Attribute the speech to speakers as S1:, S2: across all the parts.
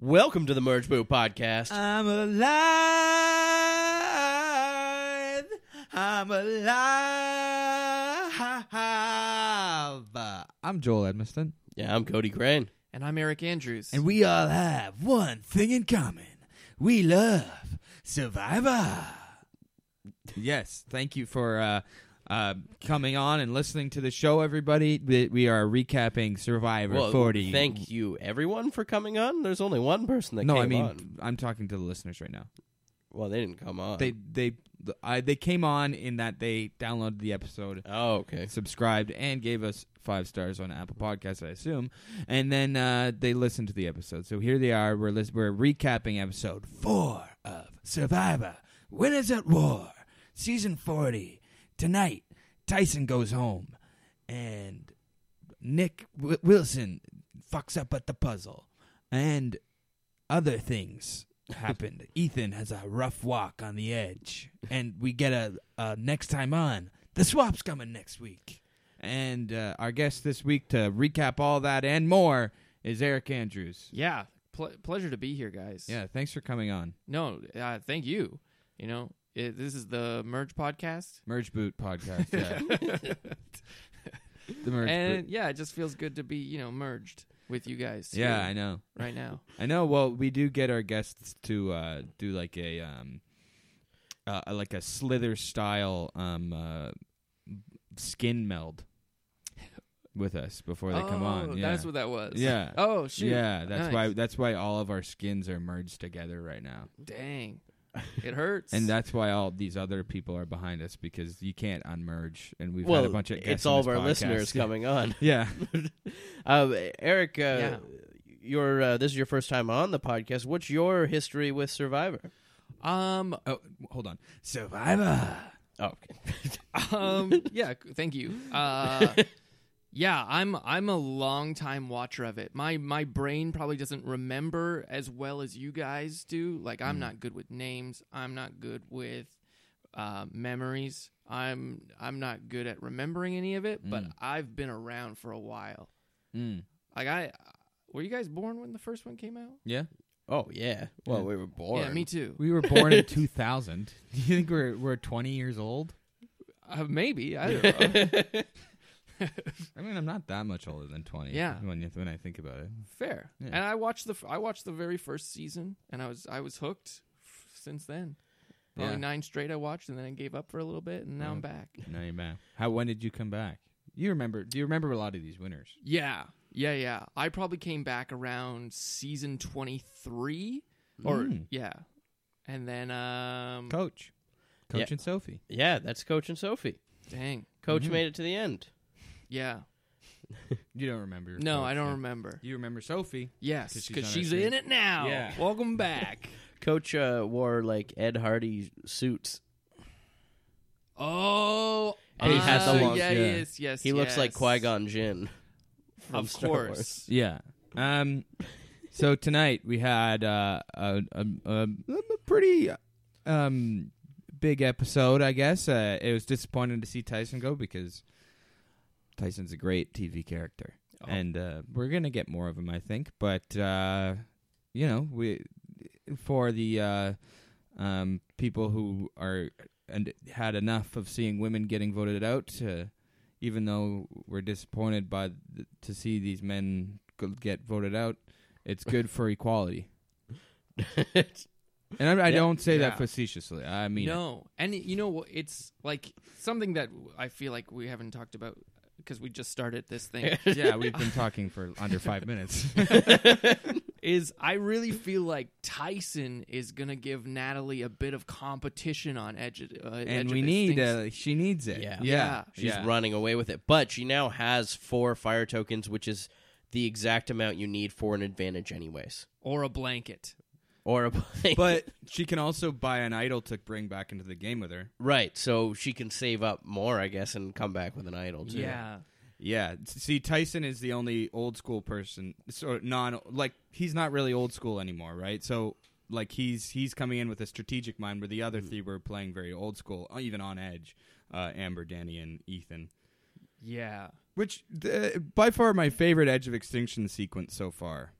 S1: Welcome to the Merge Boot Podcast.
S2: Uh,
S3: I'm alive. I'm alive. I'm Joel Edmiston.
S1: yeah, I'm Cody Crane.
S2: And I'm Eric Andrews.
S3: And we all have one thing in common. We love Survivor. Yes, thank you for uh, uh, coming on and listening to the show, everybody. We we are recapping Survivor
S1: Well,
S3: 40.
S1: Thank you, everyone, for coming on. There's only one person that
S3: No,
S1: came
S3: I mean,
S1: on.
S3: I'm talking to the listeners right now.
S1: Well, they didn't come on.
S3: They they I, they came on in that they downloaded the episode
S1: oh, okay.
S3: subscribed and gave us five stars on Apple Podcasts, I assume. And then uh, they listened to the episode. So here they are. We're lis- we're recapping episode four of Survivor, Winners at War, season forty. Tonight, Tyson goes home, and Nick w- Wilson fucks up at the puzzle, and other things happened. Ethan has a rough walk on the edge, and we get a, a next time on. The swap's coming next week. And uh, our guest this week to recap all that and more is Eric Andrews.
S2: yeah, pl- pleasure to be here, guys.
S3: Yeah, thanks for coming on.
S2: No, uh, thank you. You know, it, this is the Merge podcast.
S3: Merge Boot podcast. Yeah. the Merge
S2: and
S3: Boot.
S2: yeah, it just feels good to be, you know, merged with you guys.
S3: Yeah,
S2: here
S3: I know.
S2: right now.
S3: I know. Well, we do get our guests to uh, do like a um, uh, like a slither style um, uh, skin meld with us before they come
S2: Oh,
S3: on. Yeah.
S2: That's what that was.
S3: Yeah.
S2: Oh, shoot.
S3: Yeah, that's
S2: Nice.
S3: why that's why all of our skins are merged together right now.
S2: Dang. It hurts.
S3: And that's why all these other people are behind us because you can't unmerge and we've
S1: well,
S3: had a bunch of guests
S1: it's
S3: on
S1: all of
S3: this
S1: our
S3: podcast.
S1: listeners coming on.
S3: Yeah.
S1: Um, Eric, uh,
S2: Yeah.
S1: your uh, this is your first time on the podcast. What's your history with Survivor?
S2: um
S3: Oh, hold on. Survivor.
S1: Oh, okay.
S2: um yeah, c- thank you. Uh Yeah, I'm I'm a long time watcher of it. My my brain probably doesn't remember as well as you guys do. Like I'm not good with names. I'm not good with uh, memories. I'm I'm not good at remembering any of it. But I've been around for a while.
S3: Mm.
S2: Like I were you guys born when the first one came out?
S3: Yeah.
S1: Oh yeah. Well,
S3: Yeah.
S1: we were born.
S2: Yeah, me too.
S3: We were born in 2000. Do you think we're we're 20 years old?
S2: Uh, maybe I don't know.
S3: I mean, I'm not that much older than 20.
S2: Yeah.
S3: When you, when I think about it.
S2: Fair.
S3: Yeah.
S2: And I watched the f- I watched the very first season, and I was I was hooked f- since then. Probably
S3: Yeah.
S2: nine straight I watched, and then I gave up for a little bit, and now I'm
S3: Yeah.
S2: back.
S3: No, you man. How when did you come back? You remember? Do you remember a lot of these winners?
S2: Yeah, yeah, yeah. I probably came back around season twenty three, or
S3: Mm.
S2: yeah, and then um,
S3: Coach, Coach
S1: Yeah.
S3: and Sophie.
S1: Yeah, that's Coach and Sophie.
S2: dang,
S1: Coach
S3: Mm-hmm.
S1: made it to the end.
S2: yeah.
S3: You don't remember?
S2: No,
S3: Coach,
S2: I don't
S3: yeah.
S2: remember.
S3: You remember Sophie?
S2: Yes,
S3: 'Cause
S2: because
S3: she's
S2: she's,
S3: on our team.
S2: in it now.
S3: Yeah.
S2: Welcome back.
S1: Coach uh, wore like Ed Hardy suits.
S2: oh,
S1: And he has the
S2: uh,
S1: long-
S2: yeah,
S3: yeah.
S2: yes, yes.
S1: He looks like
S2: yes.
S1: Qui Gon Jinn. from
S2: Of
S1: Star Wars.
S2: course.
S3: Yeah. Um. so tonight we had uh, a, a, a, a pretty um big episode, I guess. Uh, it was disappointing to see Tyson go because Tyson's a great TV character,
S2: Oh.
S3: and uh, we're gonna get more of him, I think. But uh, you know, we for the uh, um people who are and had enough of seeing women getting voted out. Uh, even though we're disappointed by th- to see these men go- get voted out, it's good for equality. And I, I
S1: Yeah.
S3: don't say
S2: Yeah.
S3: that facetiously. I mean, it.
S2: no, and you know what? It's like something that I feel like we haven't talked about because we just started this thing.
S3: yeah, we've been talking for under five minutes.
S2: is I really feel like Tyson is gonna give Natalie a bit of competition on edge, uh,
S3: and we need uh, she needs it.
S1: Yeah.
S3: Yeah,
S2: Yeah.
S1: She's running away with it. But she now has four fire tokens, which is the exact amount you need for an advantage, anyways.
S2: or a blanket.
S1: Or a blank.
S3: But she can also buy an idol to bring back into the game with her.
S1: right, so she can save up more, I guess, and come back with an idol too.
S2: Yeah,
S3: Yeah, see, Tyson is the only old school person, so non like he's not really old school anymore, right? So like he's he's coming in with a strategic mind, where the other
S2: Hmm.
S3: three were playing very old school, uh, even on edge, uh, Amber, Danny, and Ethan.
S2: yeah.
S3: Which uh, by far my favorite Edge of Extinction sequence so far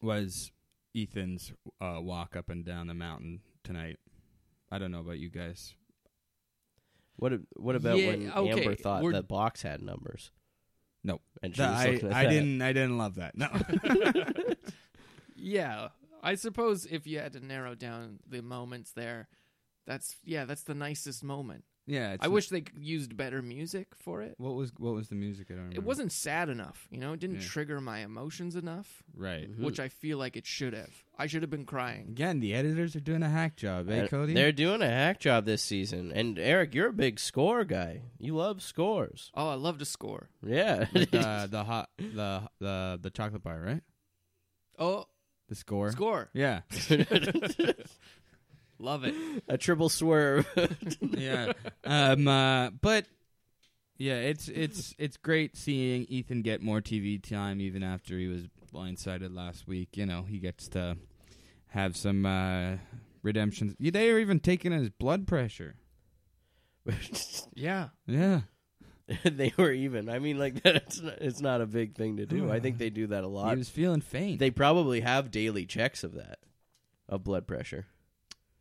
S3: was Ethan's uh, walk up and down the mountain tonight. I don't know about you guys.
S1: What a- What about
S2: Yeah,
S1: when
S2: okay,
S1: Amber thought
S2: we're-
S1: that box had numbers?
S3: Nope.
S1: and she
S3: That-
S1: was
S3: I,
S1: looking at
S3: I
S1: that.
S3: didn't. I didn't love that. No.
S2: Yeah, I suppose if you had to narrow down the moments there, that's yeah, that's the nicest moment.
S3: yeah. it's
S2: I
S3: n-
S2: wish they used better music for it.
S3: What was what was the music? I don't remember.
S2: It wasn't sad enough, you know. It didn't
S3: Mm. Yeah.
S2: trigger my emotions enough,
S3: right.
S1: Mhm.
S2: which I feel like it should have. I should have been crying.
S3: Again, the editors are doing a hack job, eh,
S1: And
S3: Cody?
S1: They're doing a hack job this season. And Eric, you're a big score guy. You love scores.
S2: Oh, I love to score.
S1: Yeah.
S3: With, uh, the hot the the the chocolate bar, right?
S2: Oh,
S3: The score.
S2: score!
S3: Yeah.
S2: Love it.
S1: a triple swerve.
S3: yeah. Um. Uh, but yeah, it's it's it's great seeing Ethan get more TV time even after he was blindsided last week. You know, he gets to have some uh, redemptions. Yeah, They are even taking his blood pressure.
S2: Yeah,
S3: Yeah.
S1: they were even. I mean, like that's not, it's not a big thing to do. I think they do that a
S3: He
S1: lot.
S3: was feeling faint.
S1: They probably have daily checks of that, of blood pressure.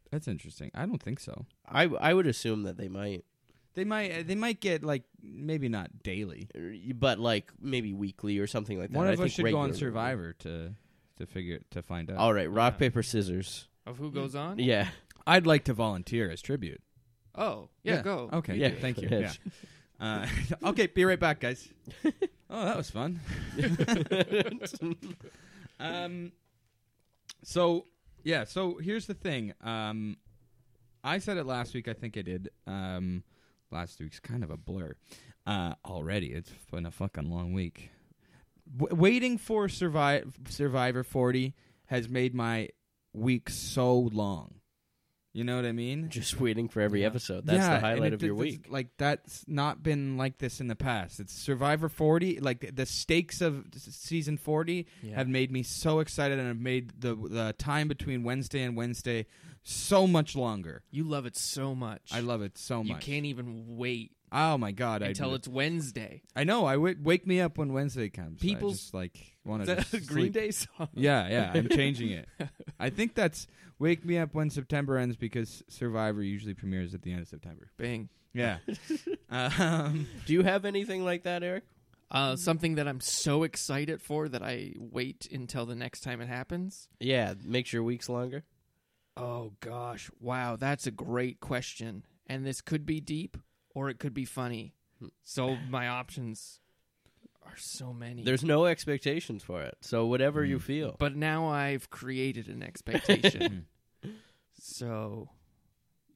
S3: That's interesting. I don't think so.
S1: I I would assume that they might,
S3: They might they might get like maybe not daily.
S1: but like maybe weekly or something like that.
S3: One
S1: I
S3: of us
S1: think
S3: should go on
S1: regularly.
S3: Survivor to to figure to find out.
S1: All right, rock
S2: Yeah.
S1: paper scissors.
S2: of who goes on?
S1: Yeah,
S3: I'd like to volunteer as tribute.
S2: Oh, yeah, go.
S3: Okay.
S1: You
S3: Yeah.
S1: do.
S3: Thank you. Yeah.
S1: Yes.
S3: Uh, okay. Be right back, guys. oh, that was fun. um, so yeah. So here's the thing. Um, I said it last week. I think I did. Um, last week's kind of a blur. Uh, already, it's been a fucking long week. W- waiting for Survive Survivor 40 has made my week so long. You know what I mean?
S1: just waiting for every
S3: Yeah.
S1: episode. That's
S3: Yeah,
S1: the
S3: and
S1: highlight
S3: it-
S1: of your
S3: it's-
S1: week.
S3: Like that's not been like this in the past. It's Survivor 40. Like the- the stakes of s- season 40 have made me so excited, and have made the the time between Wednesday and Wednesday so much longer.
S2: You love it so much.
S3: I love it so
S2: You
S3: much.
S2: can't e even wait
S3: Oh my god! I
S2: until it's Wednesday.
S3: I know. I w- wake me up when Wednesday comes. I
S2: People's-
S3: just, like want
S2: Is
S3: to
S2: that a Green
S3: sleep.
S2: Day song?
S3: Yeah, yeah. I'm changing it. I think that's wake me up when September ends because Survivor usually premieres at the end of September.
S2: Bang.
S3: Yeah. um,
S1: Do you have anything like that, Eric?
S2: Uh, something that I'm so excited for that I wait until the next time it happens.
S1: Yeah, makes your weeks longer.
S2: Oh gosh, wow, that's a great question. And this could be deep or it could be funny.
S3: Hmm.
S2: So my options are so many.
S1: There's no expectations for it, so whatever you
S3: Mm.
S1: feel.
S2: but now I've created an expectation. so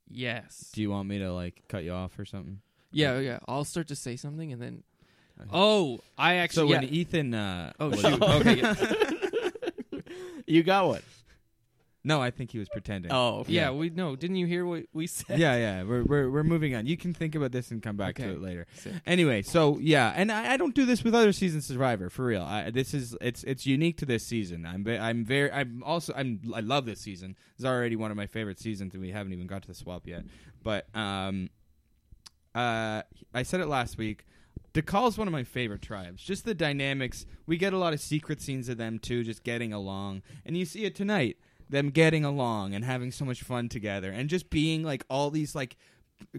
S2: yes.
S3: Do you want me to like cut you off or something?
S2: Yeah, yeah. I'll start to say something and then Oh, I actually
S3: Uh-huh. so when
S2: yeah.
S3: Ethan, uh,
S2: Oh,
S3: was-
S2: shoot.
S1: you got one.
S3: no, I think he was pretending.
S1: Oh,
S2: yeah, we no, didn't you hear what we said?
S3: yeah, yeah. We're, we're we're moving on. You can think about this and come back to
S2: Okay.
S3: it later.
S2: Sick.
S3: Anyway, so yeah, and I, I don't do this with other season Survivor for real. I, this is it's it's unique to this season. I'm ve- I'm very I'm also I'm I love this season. It's already one of my favorite seasons, and we haven't even got to the swap yet. But um, uh, I said it last week. DeKalb's one of my favorite tribes. Just the dynamics. We get a lot of secret scenes of them too, just getting along. And you see it tonight, them getting along and having so much fun together, and just being like all these like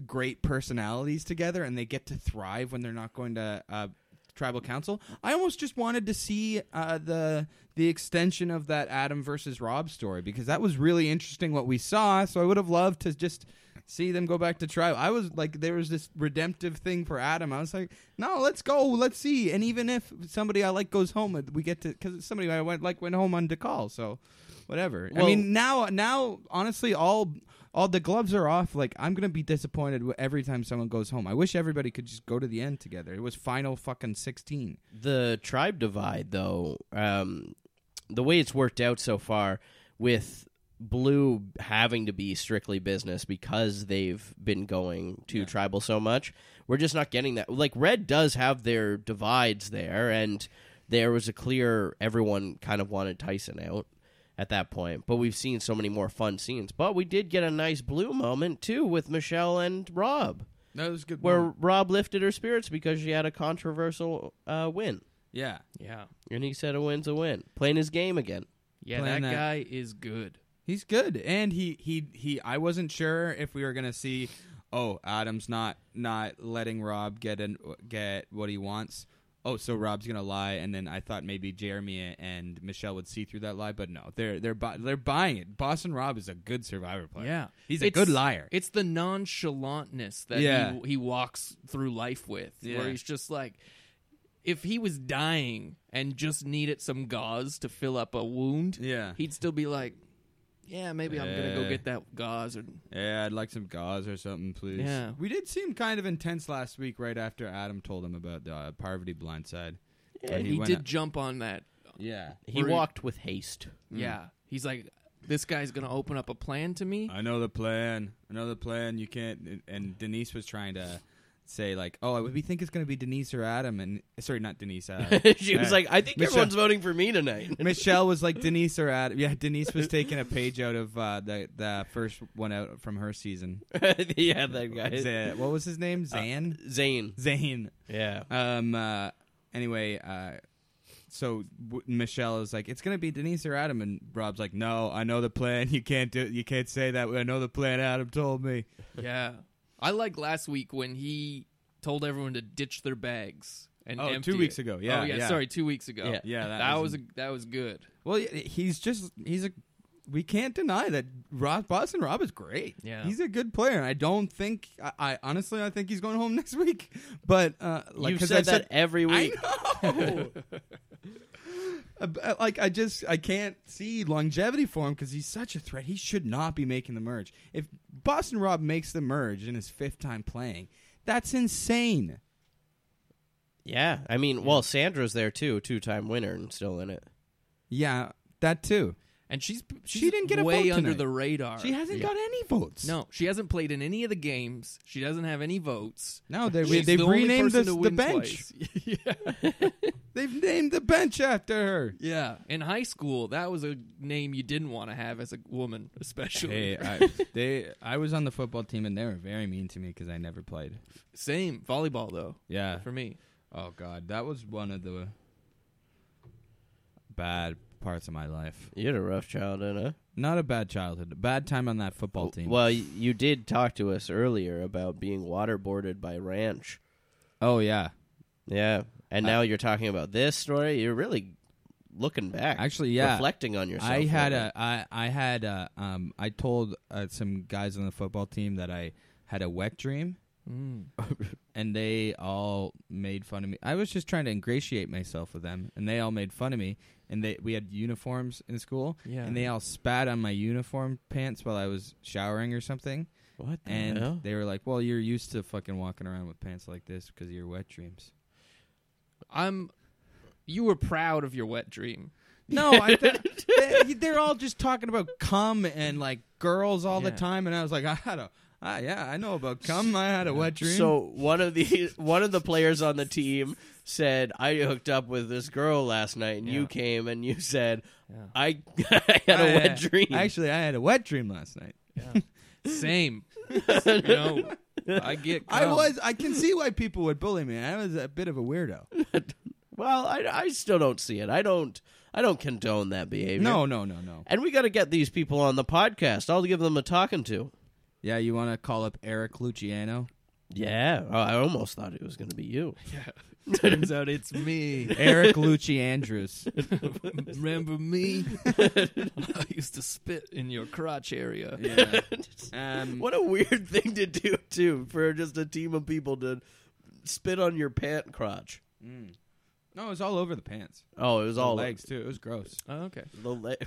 S3: great personalities together, and they get to thrive when they're not going to uh, tribal council. I almost just wanted to see uh, the the extension of that Adam versus Rob story because that was really interesting what we saw. So I would have loved to just see them go back to trial. I was like, there was this redemptive thing for Adam. I was like, no, let's go, let's see. And even if somebody I like goes home, we get to because somebody I went like went home on DeCall, so whatever. I
S1: Well-
S3: mean, now now honestly, all all the gloves are off. Like I'm gonna be disappointed wi- every time someone goes home. I wish everybody could just go to the end together. It was final fucking sixteen.
S1: the tribe divide though um the way it's worked out so far with blue having to be strictly business because they've been going to tribal so much we're just not getting that like red does have their divides there and there was a clear everyone kind of wanted tyson out at that point but we've seen so many more fun scenes but we did get a nice blue moment too with michelle and rob
S3: That was good.
S1: where rob lifted her spirits because she had a controversial uh, win
S3: yeah,
S2: Yeah.
S1: and he said a win's a win. Playing his game again.
S2: Yeah, that,
S3: playing that-
S2: guy is good.
S3: He's good, and he he he. I wasn't sure if we were gonna see. Oh, Adam's not not letting Rob get an, get what he wants. Oh, so Rob's gonna lie, and then I thought maybe Jeremy and Michelle would see through that lie, but no, they're they're bu- they're buying it. Boston Rob is a good Survivor player.
S2: Yeah.
S3: he's a
S2: It's-
S3: good liar.
S2: It's the nonchalantness that
S3: Yeah.
S2: he, he walks through life with,
S3: Yeah.
S2: where he's just like, if he was dying and just needed some gauze to fill up a wound,
S3: yeah,
S2: he'd still be like, yeah, maybe I'm gonna
S3: Yeah.
S2: go get that gauze. Or
S3: yeah. I'd like some gauze or something, please.
S2: Yeah.
S3: we did seem kind of intense last week, right after Adam told him about the uh, poverty blindside. Where
S2: and he,
S3: went
S2: did
S3: up-
S2: jump on that.
S3: yeah,
S1: He
S2: Were-
S1: walked with haste.
S3: Mm.
S2: Yeah, he's like, this guy's gonna open up a plan to me.
S3: I know the plan. I know the plan. You can't. And Denise was trying to say like, "Oh, we think it's going to be Denise or Adam." And sorry, not Denise. Uh,
S1: she was
S3: uh,
S1: like, I think
S3: Michelle-
S1: everyone's voting for me tonight.
S3: Michelle was like Denise or Adam. Yeah, Denise was taking a page out of uh, the the first one out from her season.
S1: yeah, that guy.
S3: Z- what was his
S2: Uh,
S3: name? Zan.
S1: Zane.
S3: Zane.
S1: Yeah.
S3: Um. Uh, anyway. Uh, so w- Michelle is like, "It's gonna be Denise or Adam," and Rob's like, "No, I know the plan. You can't do. You can't say that. I know the plan. Adam told me."
S2: Yeah. I like last week when he told everyone to ditch their bags and
S3: Oh, two
S2: empty
S3: weeks
S2: it.
S3: ago. Yeah,
S2: Oh yeah,
S3: yeah.
S2: sorry, 2 weeks ago.
S1: Yeah.
S3: Yeah, that,
S2: That, was a, that was good.
S3: Well, y- he's just he's a. We can't deny that Rob Boston Rob is great.
S2: Yeah.
S3: he's a good player. I don't think I, I honestly I think he's going home next week. But uh, like
S1: You've
S3: 'cause
S1: said
S3: I've
S1: that every week.
S3: I know. Uh, like I just I can't see longevity for him because he's such a threat. He should not be making the merge. If Boston Rob makes the merge in his fifth time playing, that's insane.
S1: Yeah, I mean, well, Sandra's there too, two-time winner and still in it.
S3: Yeah, that too.
S2: And she's, she's
S3: didn't get a
S2: way
S3: vote
S2: under
S3: tonight.
S2: the radar.
S3: She hasn't got any votes.
S2: No, she hasn't played in any of the games. She doesn't have any votes.
S3: No, they
S2: She's
S3: they've
S2: the only
S3: renamed
S2: person
S3: the,
S2: to
S3: the
S2: win
S3: bench.
S2: twice. yeah.
S3: They've named the bench after her.
S2: yeah. In high school, that was a name you didn't want to have as a woman, especially.
S3: Hey, I, they I was on the football team and they were very mean to me because I never played.
S2: Same volleyball though
S3: Yeah.
S2: for me.
S3: Oh God, that was one of the bad parts of my life.
S1: You had a rough childhood, huh?
S3: Not a bad childhood, a bad time on that football team.
S1: Well, y- you did talk to us earlier about being waterboarded by ranch.
S3: Oh yeah,
S1: Yeah, and now you're talking about this story. You're really looking back,
S3: Actually, yeah.
S1: reflecting on yourself.
S3: I had
S1: little
S3: a I I had a um I told uh, some guys on the football team that I had a wet dream
S2: Mm.
S3: and they all made fun of me. I was just trying to ingratiate myself with them, and they all made fun of me. And they we had uniforms in school,
S2: Yeah.
S3: and they all spat on my uniform pants while I was showering or something.
S1: bit. what the
S3: And
S1: hell?
S3: they were like, "Well, you're used to fucking walking around with pants like this because of your wet dreams."
S2: I'm. You were proud of your wet dream.
S3: No, I th- they, they're all just talking about cum and like girls all the
S2: Yeah.
S3: time, and I was like, "I had a, ah, yeah, I know about cum. I had a wet dream."
S1: So one of the one of the players on the team said, "I hooked up with this girl last night, and you
S2: Yeah.
S1: came and you said
S2: Yeah.
S1: I, I had a
S3: I-
S1: wet dream."
S3: Actually, I had a wet dream last night.
S2: Same. you know, I get.
S3: I
S2: cum.
S3: was. I can see why people would bully me. I was a bit of a weirdo.
S1: well, I, I still don't see it. I don't I don't condone that behavior.
S3: No, no, no, no.
S1: and we got to get these people on the podcast. I'll give them a talking to.
S3: Yeah, you want to call up Eric Luciano?
S1: Yeah, oh, I almost thought it was going to be you.
S2: Yeah. Turns out it's me.
S3: Eric Lucci Andrews.
S2: Remember me? I used to spit in your crotch area.
S3: Yeah. Um,
S1: What a weird thing to do too for just a team of people to spit on your pant crotch.
S3: No, it was all over the pants.
S1: Oh, it was all
S3: the legs too. It was gross.
S2: Oh, okay.
S1: The le-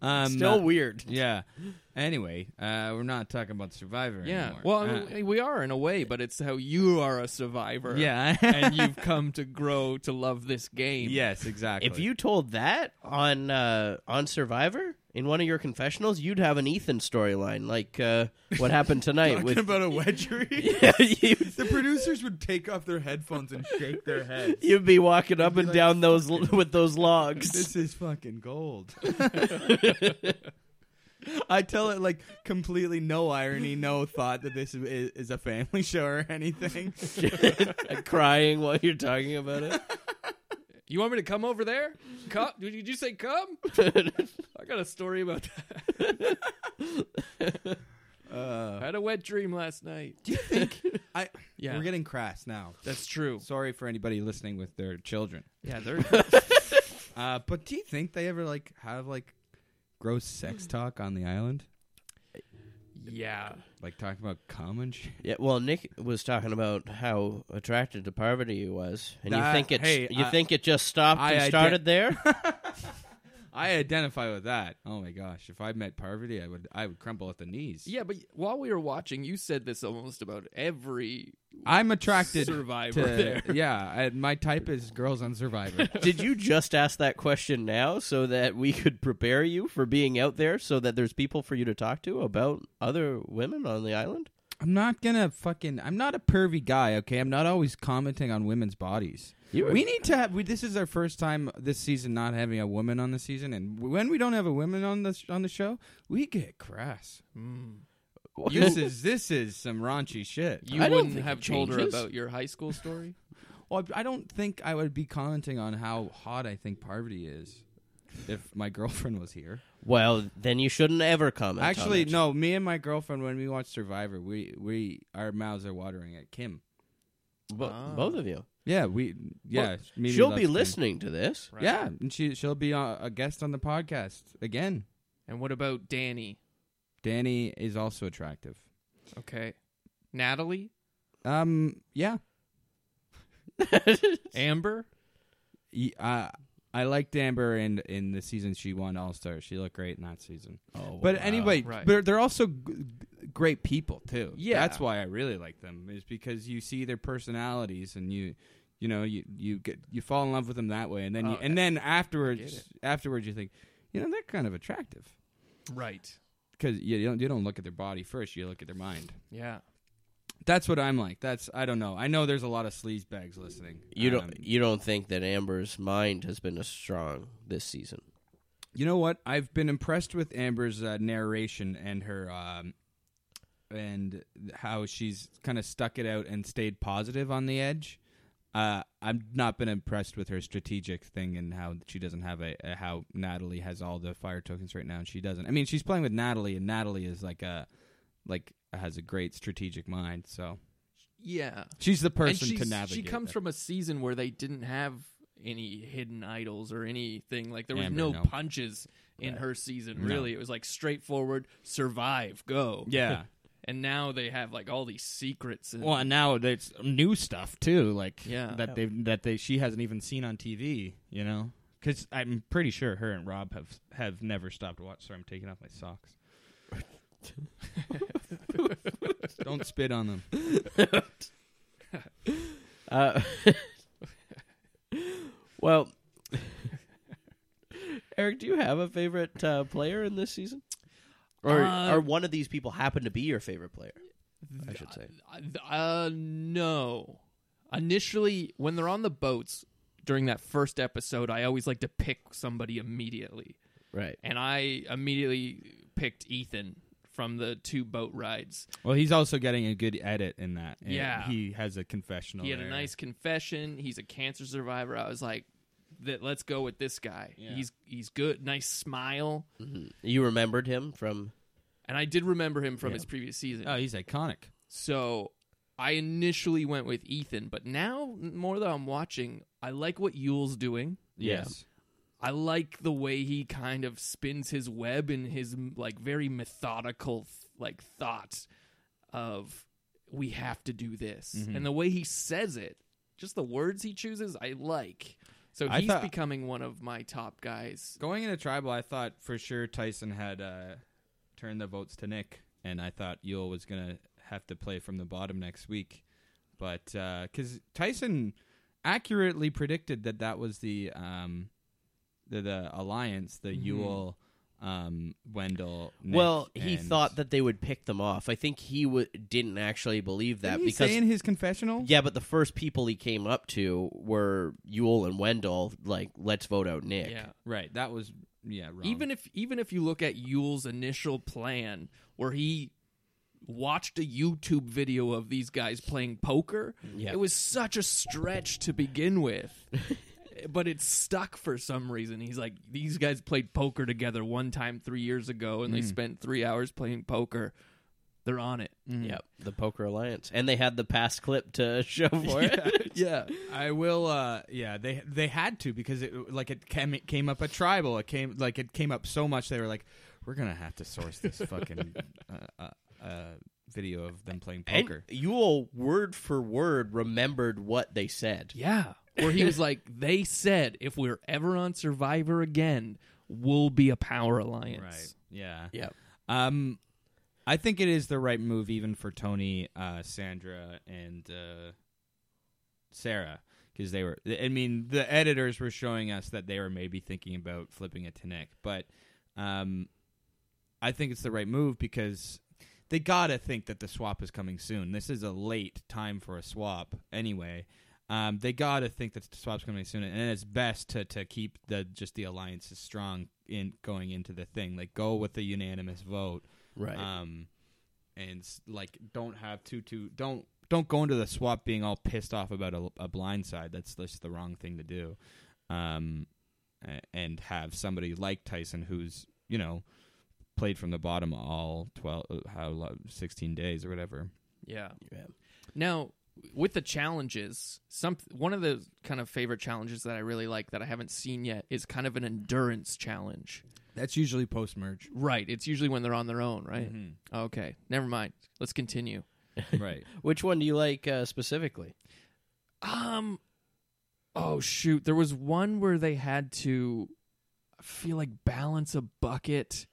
S3: Um,
S1: still
S3: uh,
S1: weird.
S3: yeah. Anyway, uh, we're not talking about Survivor
S2: Yeah.
S3: anymore.
S2: Well,
S3: Uh,
S2: I mean, we are in a way, but it's how you are a survivor.
S3: yeah.
S2: and you've come to grow to love this game.
S3: yes, exactly.
S1: If you told that on uh, on Survivor in one of your confessionals, you'd have an Ethan storyline like uh, what happened tonight with.
S3: a wet dream,
S1: Yeah, you'd,
S3: the producers would take off their headphones and shake their heads.
S1: you'd be walking up and
S3: like,
S1: down those l- with those logs.
S3: This is fucking gold. I tell it like completely no irony, no thought that this is, is a family show or anything.
S1: crying while you're talking about it.
S2: You want me to come over there? Come? Did you say come? I got a story about that. I had a wet dream last night.
S3: do you think Uh, I?
S2: Yeah.
S3: We're getting crass now.
S2: That's true.
S3: Sorry for anybody listening with their children.
S2: Yeah, they're
S3: Uh, but do you think they ever like have like gross
S2: Hmm.
S3: sex talk on the island?
S2: yeah.
S3: Like talking about cum and shit.
S1: Yeah, well, Nick was talking about how attracted to poverty he was, and
S3: That-
S1: you think it
S3: hey,
S1: you
S3: I-
S1: think it just stopped
S3: I ident-
S1: and started there.
S3: I identify with that. Oh my gosh! If I met poverty, I would I would crumble at the knees.
S2: Yeah, but while we were watching, you said this almost about every
S3: I'm attracted
S2: survivor
S3: to
S2: there.
S3: yeah. I, my type is girls on Survivor.
S1: Did you just ask that question now so that we could prepare you for being out there, so that there's people for you to talk to about other women on the island?
S3: I'm not gonna fucking. I'm not a pervy guy. Okay, I'm not always commenting on women's bodies.
S1: You were-
S3: we need to have. We, this is our first time this season not having a woman on the season, and when we don't have a woman on the on the show, we get crass. This is this is some raunchy shit.
S2: Mm. You
S1: I don't
S2: wouldn't
S1: think
S2: have
S1: it
S2: told her
S1: changes.
S2: about your high school story?
S3: Well, I don't think I would be commenting on how hot I think poverty is if my girlfriend was here.
S1: well, then you shouldn't ever comment. on
S3: Actually,
S1: it.
S3: no. Me and my girlfriend, when we watch Survivor, we we our mouths are watering at Kim.
S1: Bo-
S2: Ah.
S1: both of you.
S3: Yeah, we yeah. me and
S1: She'll
S3: loves
S1: be
S3: Kim.
S1: listening to this.
S2: Right.
S3: Yeah, and she she'll be uh, a, a guest on the podcast again.
S2: And what about Danny?
S3: Danny is also attractive.
S2: Okay. Natalie?
S3: Um, yeah,
S2: Amber?
S3: Y- uh, I liked Amber in in the season she won All Star. She looked great in that season.
S1: Oh,
S3: But
S1: wow.
S3: anyway,
S2: Right.
S3: but they're also g- great people too.
S2: Yeah.
S3: that's why I really like them is because you see their personalities and you. You know, you you get you fall in love with them that way, and then you,
S2: Oh,
S3: and then afterwards,
S2: it.
S3: afterwards you think, you know, they're kind of attractive
S2: Right.
S3: because you don't you don't look at their body first, you look at their mind.
S2: Yeah.
S3: That's what I'm like. That's I don't know. I know there's a lot of sleaze bags listening.
S1: you don't
S3: Um,
S1: you don't think that Amber's mind has been as strong this season?
S3: you know what? I've been impressed with Amber's uh, narration and her um, and how she's kind of stuck it out and stayed positive on the edge. Uh, I've not been impressed with her strategic thing and how she doesn't have a, a how Natalie has all the fire tokens right now and she doesn't. I mean, she's playing with Natalie and Natalie is like a like has a great strategic mind. So
S2: Yeah.
S3: she's the
S2: And
S3: person to
S2: she's-
S3: navigate.
S2: She comes
S3: that.
S2: from a season where they didn't have any hidden idols or anything. Like there was
S3: Amber,
S2: no,
S3: no.
S2: punches in her season.
S3: No.
S2: Really, it was like straightforward: survive, go.
S3: yeah.
S2: And now they have like all these secrets. And,
S3: Well, and now there's new stuff too, like
S2: Yeah.
S3: that they that they she hasn't even seen on TV, you know? Because I'm pretty sure her and Rob have have never stopped watching. Sorry, I'm taking off my socks. Don't spit on them.
S1: Uh, well, Eric, do you have a favorite uh, player in this season, or
S2: Uh,
S1: or one of these people happen to be your favorite player? I should say.
S2: Uh, no. Initially, when they're on the boats during that first episode, I always like to pick somebody immediately,
S1: Right.
S2: and I immediately picked Ethan from the two boat rides.
S3: Well, he's also getting a good edit in that. and
S2: Yeah.
S3: he has a confessional.
S2: he had a
S3: there.
S2: nice confession. He's a cancer survivor. I was like, that let's go with this guy.
S3: Yeah.
S2: He's he's good. Nice smile.
S1: You remembered him from
S2: And I did remember him from
S3: Yeah.
S2: his previous season.
S3: Oh, he's iconic.
S2: so I initially went with Ethan, but now more that I'm watching, I like what Yule's doing.
S1: Yeah.
S3: Yes.
S2: I like the way he kind of spins his web in his like very methodical like thought of we have to do this,
S3: Mhm.
S2: and the way he says it, just the words he chooses, I like. So
S3: I
S2: he's
S3: thought-
S2: becoming one of my top guys.
S3: Going into tribal, I thought for sure Tyson had uh, turned the votes to Nick, and I thought Yule was gonna have to play from the bottom next week, but because Tyson accurately predicted that that was the um, the, the alliance, the Yule, um, Wendell. Nick,
S1: Mm-hmm. well, he
S3: and-
S1: thought that they would pick them off. I think he w- didn't actually believe that
S3: Didn't he
S1: because
S3: say in his confessional,
S1: yeah, but the first people he came up to were Yule and Wendell. Like, let's vote out Nick.
S2: Yeah.
S3: right, that was yeah, wrong.
S2: Even if even if you look at Yule's initial plan, where he watched a YouTube video of these guys playing poker,
S1: Yeah.
S2: it was such a stretch to begin with. but it's stuck for some reason. He's like, these guys played poker together one time three years ago, and they spent three hours playing poker. They're on it.
S1: Yep, the Poker Alliance, and they had the past clip to show for it.
S2: Yeah,
S3: I will. Uh, yeah, they they had to because it like it came it came up a tribal. It came like it came up so much they were like, we're gonna have to source this fucking uh, uh, uh, video of them playing
S1: And
S3: poker.
S1: you all word for word remembered what they said.
S2: yeah. Where he was like, they said if we're ever on Survivor again, we'll be a power alliance.
S3: Right. Yeah.
S1: Yep.
S3: Um, I think it is the right move, even for Tony, uh, Sandra, and uh, Sarah, because they were. I mean, the editors were showing us that they were maybe thinking about flipping it to Nick, but um, I think it's the right move because they gotta think that the swap is coming soon. This is a late time for a swap, anyway. Um, they gotta think that the swap's coming soon, and it's best to, to keep the just the alliances strong in going into the thing. Like go with the unanimous vote,
S1: Right.
S3: um, and s- like don't have too too don't don't go into the swap being all pissed off about a, a blind side. That's just the wrong thing to do. Um, a- and have somebody like Tyson, who's you know played from the bottom all twelve uh, how lo- sixteen days or whatever.
S2: Yeah.
S1: Yeah.
S2: Now, with the challenges, some one of the kind of favorite challenges that I really like that I haven't seen yet is kind of an endurance challenge.
S3: That's usually post merge,
S2: Right. It's usually when they're on their own, right? Okay. Never mind. Let's continue.
S3: Mm-hmm. right?
S1: Which one do you like uh, specifically?
S2: Um Oh shoot, there was one where they had to I feel like balance a bucket.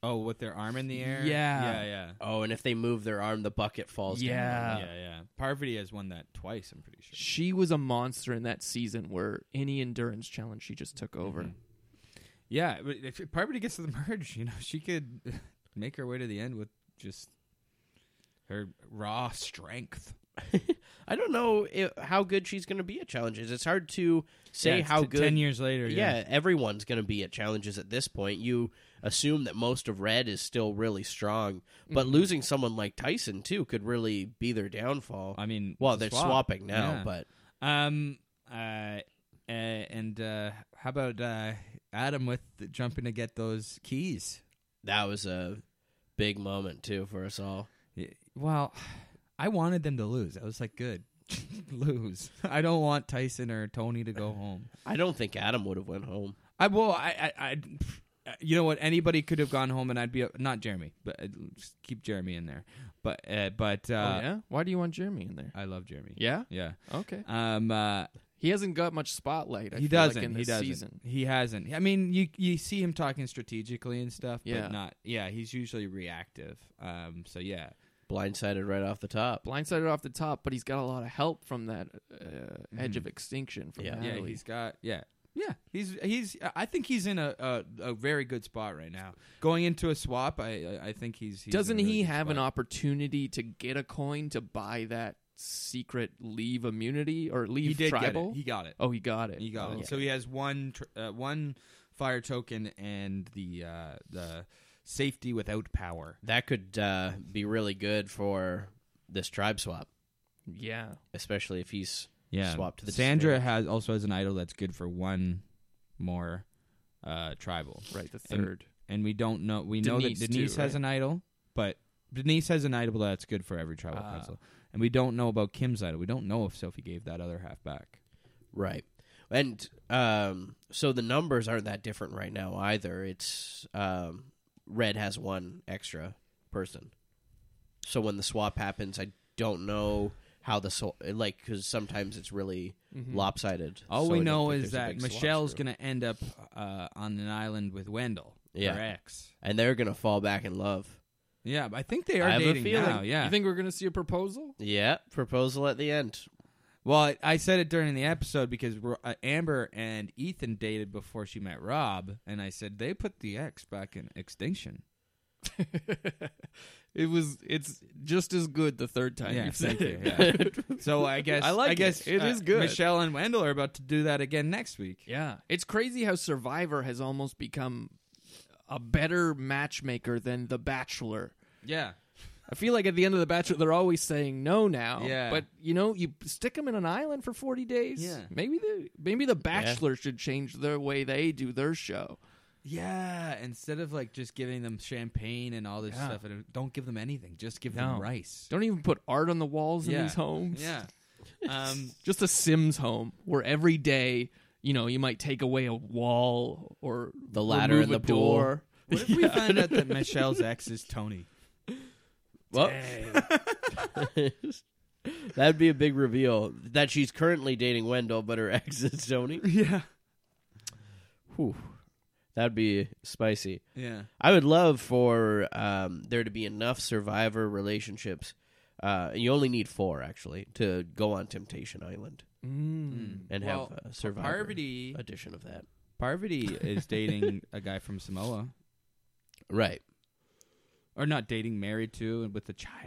S3: Oh, with their arm in the air.
S2: Yeah.
S3: yeah, yeah,
S1: Oh, and if they move their arm, the bucket falls. down.
S2: Yeah.
S3: yeah, yeah. Parvati has won that twice. I'm pretty sure.
S2: She was a monster in that season where any endurance challenge she just took over.
S3: Yeah, but if Parvati gets to the merge, you know, she could make her way to the end with just her raw strength.
S1: I don't know if, how good she's going to be at challenges. It's hard to say
S3: Yeah,
S1: how
S3: t-
S1: good.
S3: Ten years later,
S1: yeah.
S3: yeah,
S1: everyone's going to be at challenges at this point. You assume that most of Red is still really strong, but losing someone like Tyson too could really be their downfall.
S3: I mean,
S1: well,
S3: Uh, it's a
S1: they're
S3: swap.
S1: swapping now,
S3: Yeah.
S1: but
S3: um, uh, uh, and uh, how about uh, Adam with the jumping to get those keys?
S1: that was a big moment too for us all.
S3: Y- Well, I wanted them to lose. I was like, good, lose. I don't want Tyson or Tony to go home.
S1: I don't think Adam would have went home.
S3: I well, I, I, I, you know what? Anybody could have gone home, and I'd be not Jeremy, but uh, just keep Jeremy in there. But uh, but
S2: Oh
S3: uh,
S2: yeah? Why do you want Jeremy in there?
S3: I love Jeremy.
S2: Yeah?
S3: yeah.
S2: Okay.
S3: Um, uh,
S2: He hasn't got much spotlight. I
S3: he
S2: feel like,
S3: doesn't.
S2: in
S3: he
S2: this
S3: doesn't.
S2: season.
S3: He hasn't. I mean, you you see him talking strategically and stuff,
S2: Yeah.
S3: but not. Yeah, he's usually reactive. Um, so yeah,
S1: Blindsided right off the top.
S2: blindsided off the top, but he's got a lot of help from that uh, Edge of Extinction from
S1: Yeah.
S3: Mm-hmm. yeah,
S2: Natalie.
S3: he's got yeah. Yeah, he's he's. I think he's in a, a, a very good spot right now. Going into a swap, I I I think he's. he's in a
S2: Doesn't
S3: really
S2: he
S3: good
S2: have an
S3: spot.
S2: opportunity to get a coin to buy that secret leave immunity or leave
S3: He did
S2: tribal?
S3: get it. He got it.
S2: oh, he got it.
S3: He got
S2: Oh.
S3: it. So he has one tr- uh, one fire token and the uh, the safety without power.
S1: That could uh, be really good for this tribe swap,
S2: Yeah.
S1: especially if he's Swap to the
S3: Sandra
S1: disadvantage.
S3: has also has an idol that's good for one more uh, tribal,
S2: Right. The
S3: And-
S2: third.
S3: and we don't know. We know
S2: Denise,
S3: that Denise
S2: too,
S3: has
S2: right?
S3: an idol, but Denise has an idol that's good for every tribal
S2: Ah.
S3: council, and we don't know about Kim's idol. We don't know if Sophie gave that other half back.
S1: Right. And um, so the numbers aren't that different right now either. It's um, red has one extra person. So when the swap happens, I don't know how the sw- like because sometimes it's really
S2: Mm-hmm.
S1: lopsided.
S3: Hmm. All
S1: So I
S3: we
S1: don't
S3: know
S1: think
S3: is
S1: there's a
S3: that
S1: big swap
S3: Michelle's
S1: through.
S3: going to end up uh, on an island with Wendell,
S1: Yeah.
S3: her ex.
S1: and they're gonna fall back in love.
S3: Yeah, but I think they are
S1: I have a
S3: dating
S1: feeling.
S3: now. Yeah,
S2: You think we're gonna see a proposal?
S1: Yeah, proposal at the end.
S3: Well, I, I said it during the episode because Ro- uh, Amber and Ethan dated before she met Rob, and I said they put the ex back in extinction.
S2: it was. It's just as good the third time.
S3: Yeah,
S2: you've
S3: thank
S2: said
S3: you.
S2: it.
S3: yeah. so I guess
S2: I like it.
S3: guess uh,
S2: It is good.
S3: Michelle and Wendell are about to do that again next week.
S2: Yeah. It's crazy how Survivor has almost become a better matchmaker than The Bachelor.
S3: Yeah,
S2: I feel like at the end of The Bachelor, they're always saying no now.
S3: Yeah.
S2: But you know, you stick them in an island for forty days.
S3: Yeah.
S2: Maybe the maybe The Bachelor should change the way they do their show.
S3: Yeah, instead of like just giving them champagne and all this
S2: Yeah.
S3: stuff, and don't give them anything. Just give
S2: No.
S3: them rice.
S2: Don't even put art on the walls in
S3: Yeah.
S2: these homes.
S3: Yeah. Um,
S2: Just a Sims home where every day, you know, you might take away a wall or
S1: The ladder
S2: remove
S1: and
S2: a
S1: the pool.
S2: door.
S3: what if we find out that Michelle's ex is Tony?
S1: Well, that'd be a big reveal that she's currently dating Wendell, but her ex is Tony.
S3: Yeah.
S1: Whew. That'd be spicy.
S3: Yeah.
S1: I would love for um, there to be enough survivor relationships. Uh, you only need four, actually, to go on Temptation Island
S2: Mm.
S1: and
S3: Well,
S1: have a survivor
S3: Parvati.
S1: edition of that.
S3: Parvati is dating a guy from Samoa,
S1: Right.
S3: or not dating, married to, and with a child.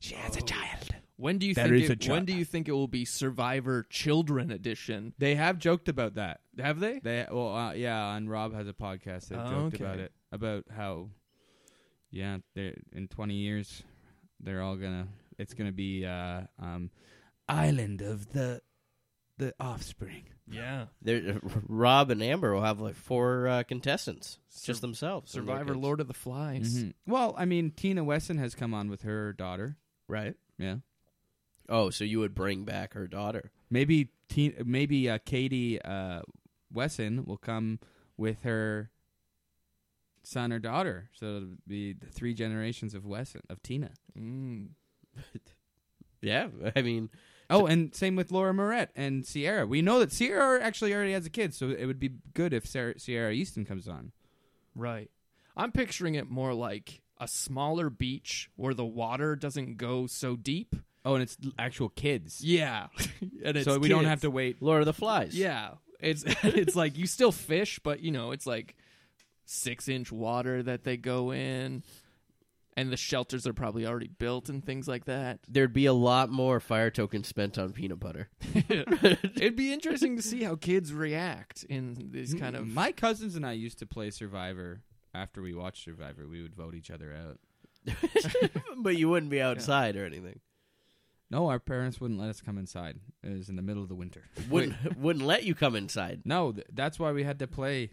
S3: She has
S2: Oh.
S3: a child.
S2: When do you
S3: There
S2: think
S3: is a
S2: it,
S3: job.
S2: when do you think it will be Survivor Children Edition?
S3: They have joked about that.
S2: Have they?
S3: They well, uh, yeah, and Rob has a podcast. They
S2: Oh,
S3: joked
S2: okay.
S3: about it about how, yeah, they in twenty years, they're all gonna. It's gonna be uh, um, island of the the offspring.
S2: Yeah.
S1: There, Rob and Amber will have like four uh, contestants, just
S2: Sur-
S1: themselves. and their
S2: Survivor
S1: kids.
S2: Lord of the Flies.
S3: Mhm. Well, I mean, Tina Wesson has come on with her daughter.
S1: Right.
S3: Yeah,
S1: Oh, so you would bring back her daughter.
S3: maybe Tina, maybe uh, Katie uh, Wesson will come with her son or daughter. So it'll be the three generations of Wesson of Tina. Mm-hmm.
S2: Mm.
S1: Yeah. I mean,
S3: Oh, and same with Laura Moret and Sierra. We know that Sierra actually already has a kid, so it would be good if Sarah, Sierra Easton comes on.
S2: Right. I'm picturing it more like a smaller beach where the water doesn't go so deep.
S3: Oh, and it's l- actual kids,
S2: Yeah. and it's
S3: so we don't
S2: kids.
S3: have to wait.
S1: Lord of the Flies.
S2: Yeah. It's it's like you still fish, but you know, it's like 6-inch water that they go in and the shelters are probably already built and things like that.
S1: There'd be a lot more fire tokens spent on peanut butter.
S2: It'd be interesting to see how kids react in these kind of
S3: My cousins and I used to play Survivor. After we watched Survivor, we would vote each other out.
S1: but you wouldn't be outside or anything.
S3: No, our parents wouldn't let us come inside. It was in the middle of the winter.
S1: Wouldn't wouldn't let you come inside.
S3: No, th- that's why we had to play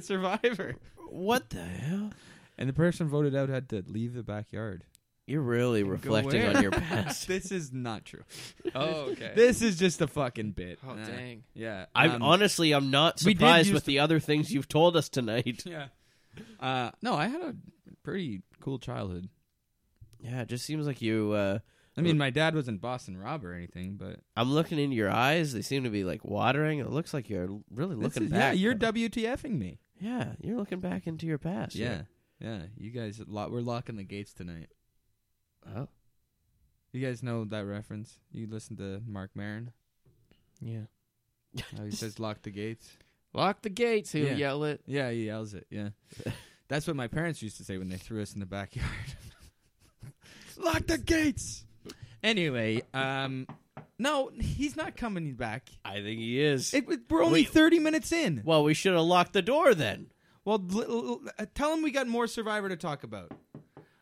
S3: Survivor.
S1: What the hell?
S3: And the person voted out had to leave the backyard.
S1: You're really reflecting
S2: where?
S1: on your past.
S3: This is not true.
S2: Oh, okay.
S3: This is just a fucking bit.
S2: oh
S3: Nah.
S2: dang.
S3: Yeah.
S1: I'm
S3: um,
S1: honestly I'm not
S3: we did
S1: surprised
S3: use
S1: with the other things you've told us tonight.
S3: Yeah. Uh, no, I had a pretty cool childhood.
S1: Yeah, it just seems like you uh
S3: I mean, my dad wasn't Boston Rob or anything, but
S1: I'm looking into your eyes, they seem to be like watering. It looks like you're really looking
S3: This is-
S1: back.
S3: Yeah, you're WTFing me.
S1: Yeah, you're looking back into your past.
S3: Yeah, yeah. You guys, lo- we're locking the gates tonight.
S1: Oh.
S3: You guys know that reference? You listen to Mark Maron?
S2: Yeah.
S3: How he says, "Lock the gates."
S2: Lock the gates, he'll
S3: Yeah.
S2: yell it.
S3: Yeah, he yells it. Yeah, that's what my parents used to say when they threw us in the backyard. Lock the gates. Anyway, um, no, he's not coming back.
S1: I think he is.
S3: It, we're only
S1: Wait.
S3: thirty minutes in.
S1: well, we should have locked the door then.
S3: Well, l- l- l- uh, tell him we got more Survivor to talk about.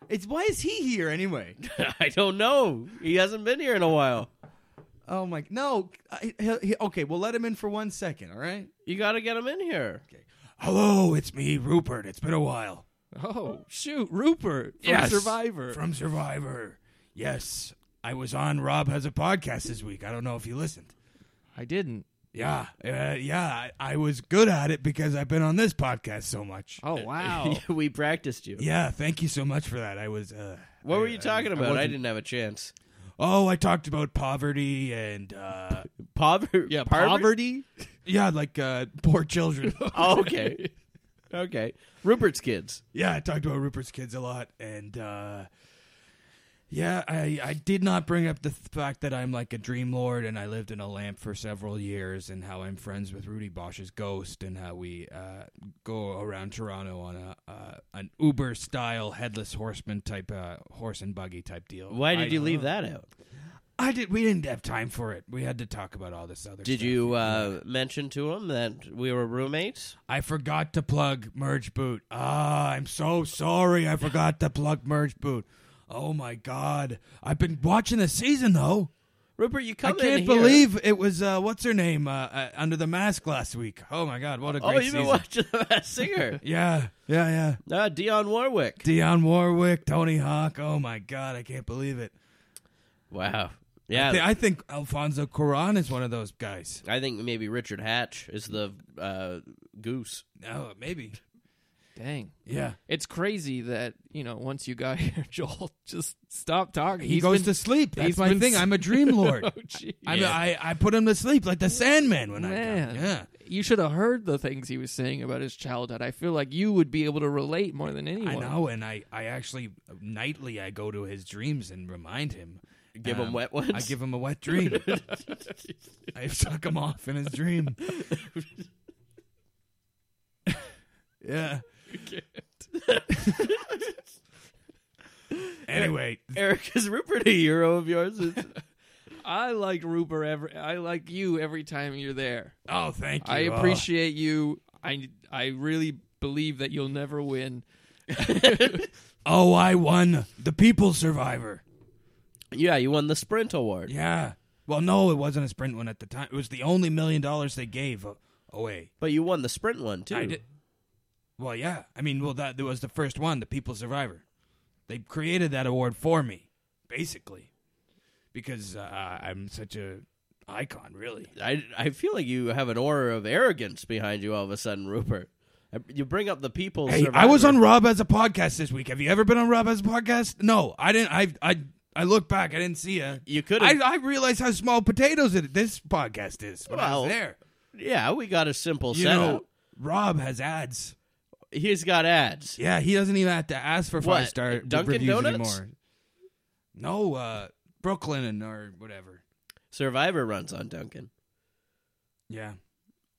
S3: It's why is he here anyway?
S1: I don't know. He hasn't been here in a while.
S3: Oh my no! I, he- he- okay, we'll let him in for one second. All right.
S1: You got to get him in here.
S3: Hello, it's me, Rupert. It's been a while
S2: Oh shoot, Rupert from
S3: Yes.
S2: Survivor.
S3: from Survivor. Yes, I was on. Rob has a podcast this week. I don't know if you listened.
S2: I didn't.
S4: Yeah, uh, yeah. I, I was good at it because I've been on this podcast so much.
S3: Uh,
S2: Oh wow.
S1: we practiced you.
S4: Yeah, thank you so much for that. I was. Uh,
S1: What
S4: I-
S1: were you
S4: I-
S1: talking
S4: I
S1: about? I,
S4: wasn't-
S1: didn't have a chance.
S4: Oh, I talked about poverty and uh,
S1: Poverty.
S2: Yeah, poverty.
S4: yeah, like uh, poor children.
S1: Oh, okay. okay. Rupert's kids.
S4: yeah, I talked about Rupert's kids a lot, and uh, yeah, I I did not bring up the th- fact that I'm like a dream lord and I lived in a lamp for several years, and how I'm friends with Rudy Bosch's ghost, and how we uh, go around Toronto on a uh, an Uber style headless horseman type uh, horse and buggy type deal.
S1: Why did
S4: I-
S1: you leave that out?
S3: I did. We didn't have time for it. We had to talk about all this other.
S1: Did
S3: stuff.
S1: you uh, mention to him that we were roommates?
S3: I forgot to plug Merge Boot. Ah, I'm so sorry. I forgot to plug Merge Boot. Oh my god! I've been watching the season though.
S1: Rupert, you
S3: I
S1: come in
S3: can't
S1: here-
S3: believe it was uh, what's her name uh, uh, under the mask last week. Oh my god, what a
S1: Oh,
S3: great
S1: you've
S3: season!
S1: been watching The Masked Singer.
S3: Yeah, yeah, yeah.
S1: uh, Dion Warwick.
S3: Dionne Warwick, Tony Hawk. Oh my god, I can't believe it.
S1: Wow.
S3: I,
S1: Yeah.
S3: thi- I think Alfonso Cuarón is one of those guys.
S1: I think maybe Richard Hatch is the uh, goose.
S3: Oh, maybe.
S2: Dang.
S3: Yeah.
S2: It's crazy that, you know, once you got here, Joel just stopped talking.
S3: He
S2: He's
S3: goes
S2: been-
S3: to sleep. That's
S2: he's
S3: my
S2: been
S3: thing.
S2: s-
S3: I'm a dream lord.
S2: Oh, gee.
S3: I'm- I, I put him to sleep like the Sandman when I
S2: Man.
S3: come. Yeah.
S2: You should have heard the things he was saying about his childhood. I feel like you would be able to relate more than anyone.
S3: I know, and I, I actually nightly I go to his dreams and remind him.
S1: Give him
S3: Um,
S1: wet ones.
S3: I give him a wet dream. I suck him off in his dream. yeah. anyway,
S1: Eric is Rupert a hero of yours. It's-
S2: I like Rupert every I like you every time you're there.
S3: oh, thank you.
S2: I
S3: Oh,
S2: appreciate you. I I really believe that you'll never win.
S3: Oh, I won the People Survivor.
S1: yeah, you won the Sprint Award.
S3: Yeah. Well, no, it wasn't a sprint one at the time. It was the only million dollars they gave uh, away.
S1: But you won the Sprint one too.
S3: I did- Well, yeah. I mean, well, that, that was the first one, the People Survivor. They created that award for me, basically, because uh, I'm such a icon, really.
S1: I, I feel like you have an aura of arrogance behind you all of a sudden, Rupert. I- You bring up the people.
S3: Hey, I was on Rob as a podcast this week. Have you ever been on Rob as a podcast? No, I didn't. I I I look back. I didn't see you.
S1: You could
S3: I,
S1: have.
S3: I realized how small potatoes it, this podcast is when I
S1: Well,
S3: was there.
S1: Yeah, we got a simple
S3: You
S1: setup.
S3: know, Rob has ads.
S1: He's got ads.
S3: Yeah, he doesn't even have to ask for
S1: What,
S3: five star
S1: Dunkin'
S3: reviews
S1: Donuts?
S3: anymore. No, uh, Brooklyn and or whatever.
S1: Survivor runs on Duncan.
S3: Yeah,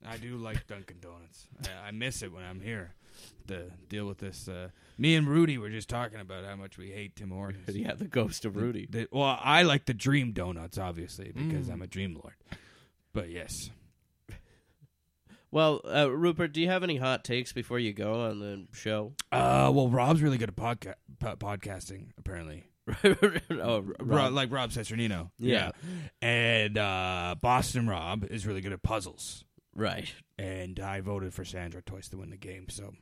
S3: I do like Dunkin' Donuts. I, I miss it when I'm here. to deal with this. Uh, me and Rudy were just talking about how much we hate Tim Hortons.
S1: Yeah, the ghost of Rudy.
S3: The- well, I like the Dream Donuts, obviously, because
S1: Mm.
S3: I'm a Dream Lord. But yes,
S1: Well, uh, Rupert, do you have any hot takes before you go on the show?
S3: uh, well, Rob's really good at podca- po- podcasting, apparently.
S1: oh,
S3: Rob,
S1: Rob.
S3: like Rob Cesternino.
S1: Yeah.
S3: And uh, Boston Rob is really good at puzzles.
S1: Right.
S3: And I voted for Sandra Toys to win the game, so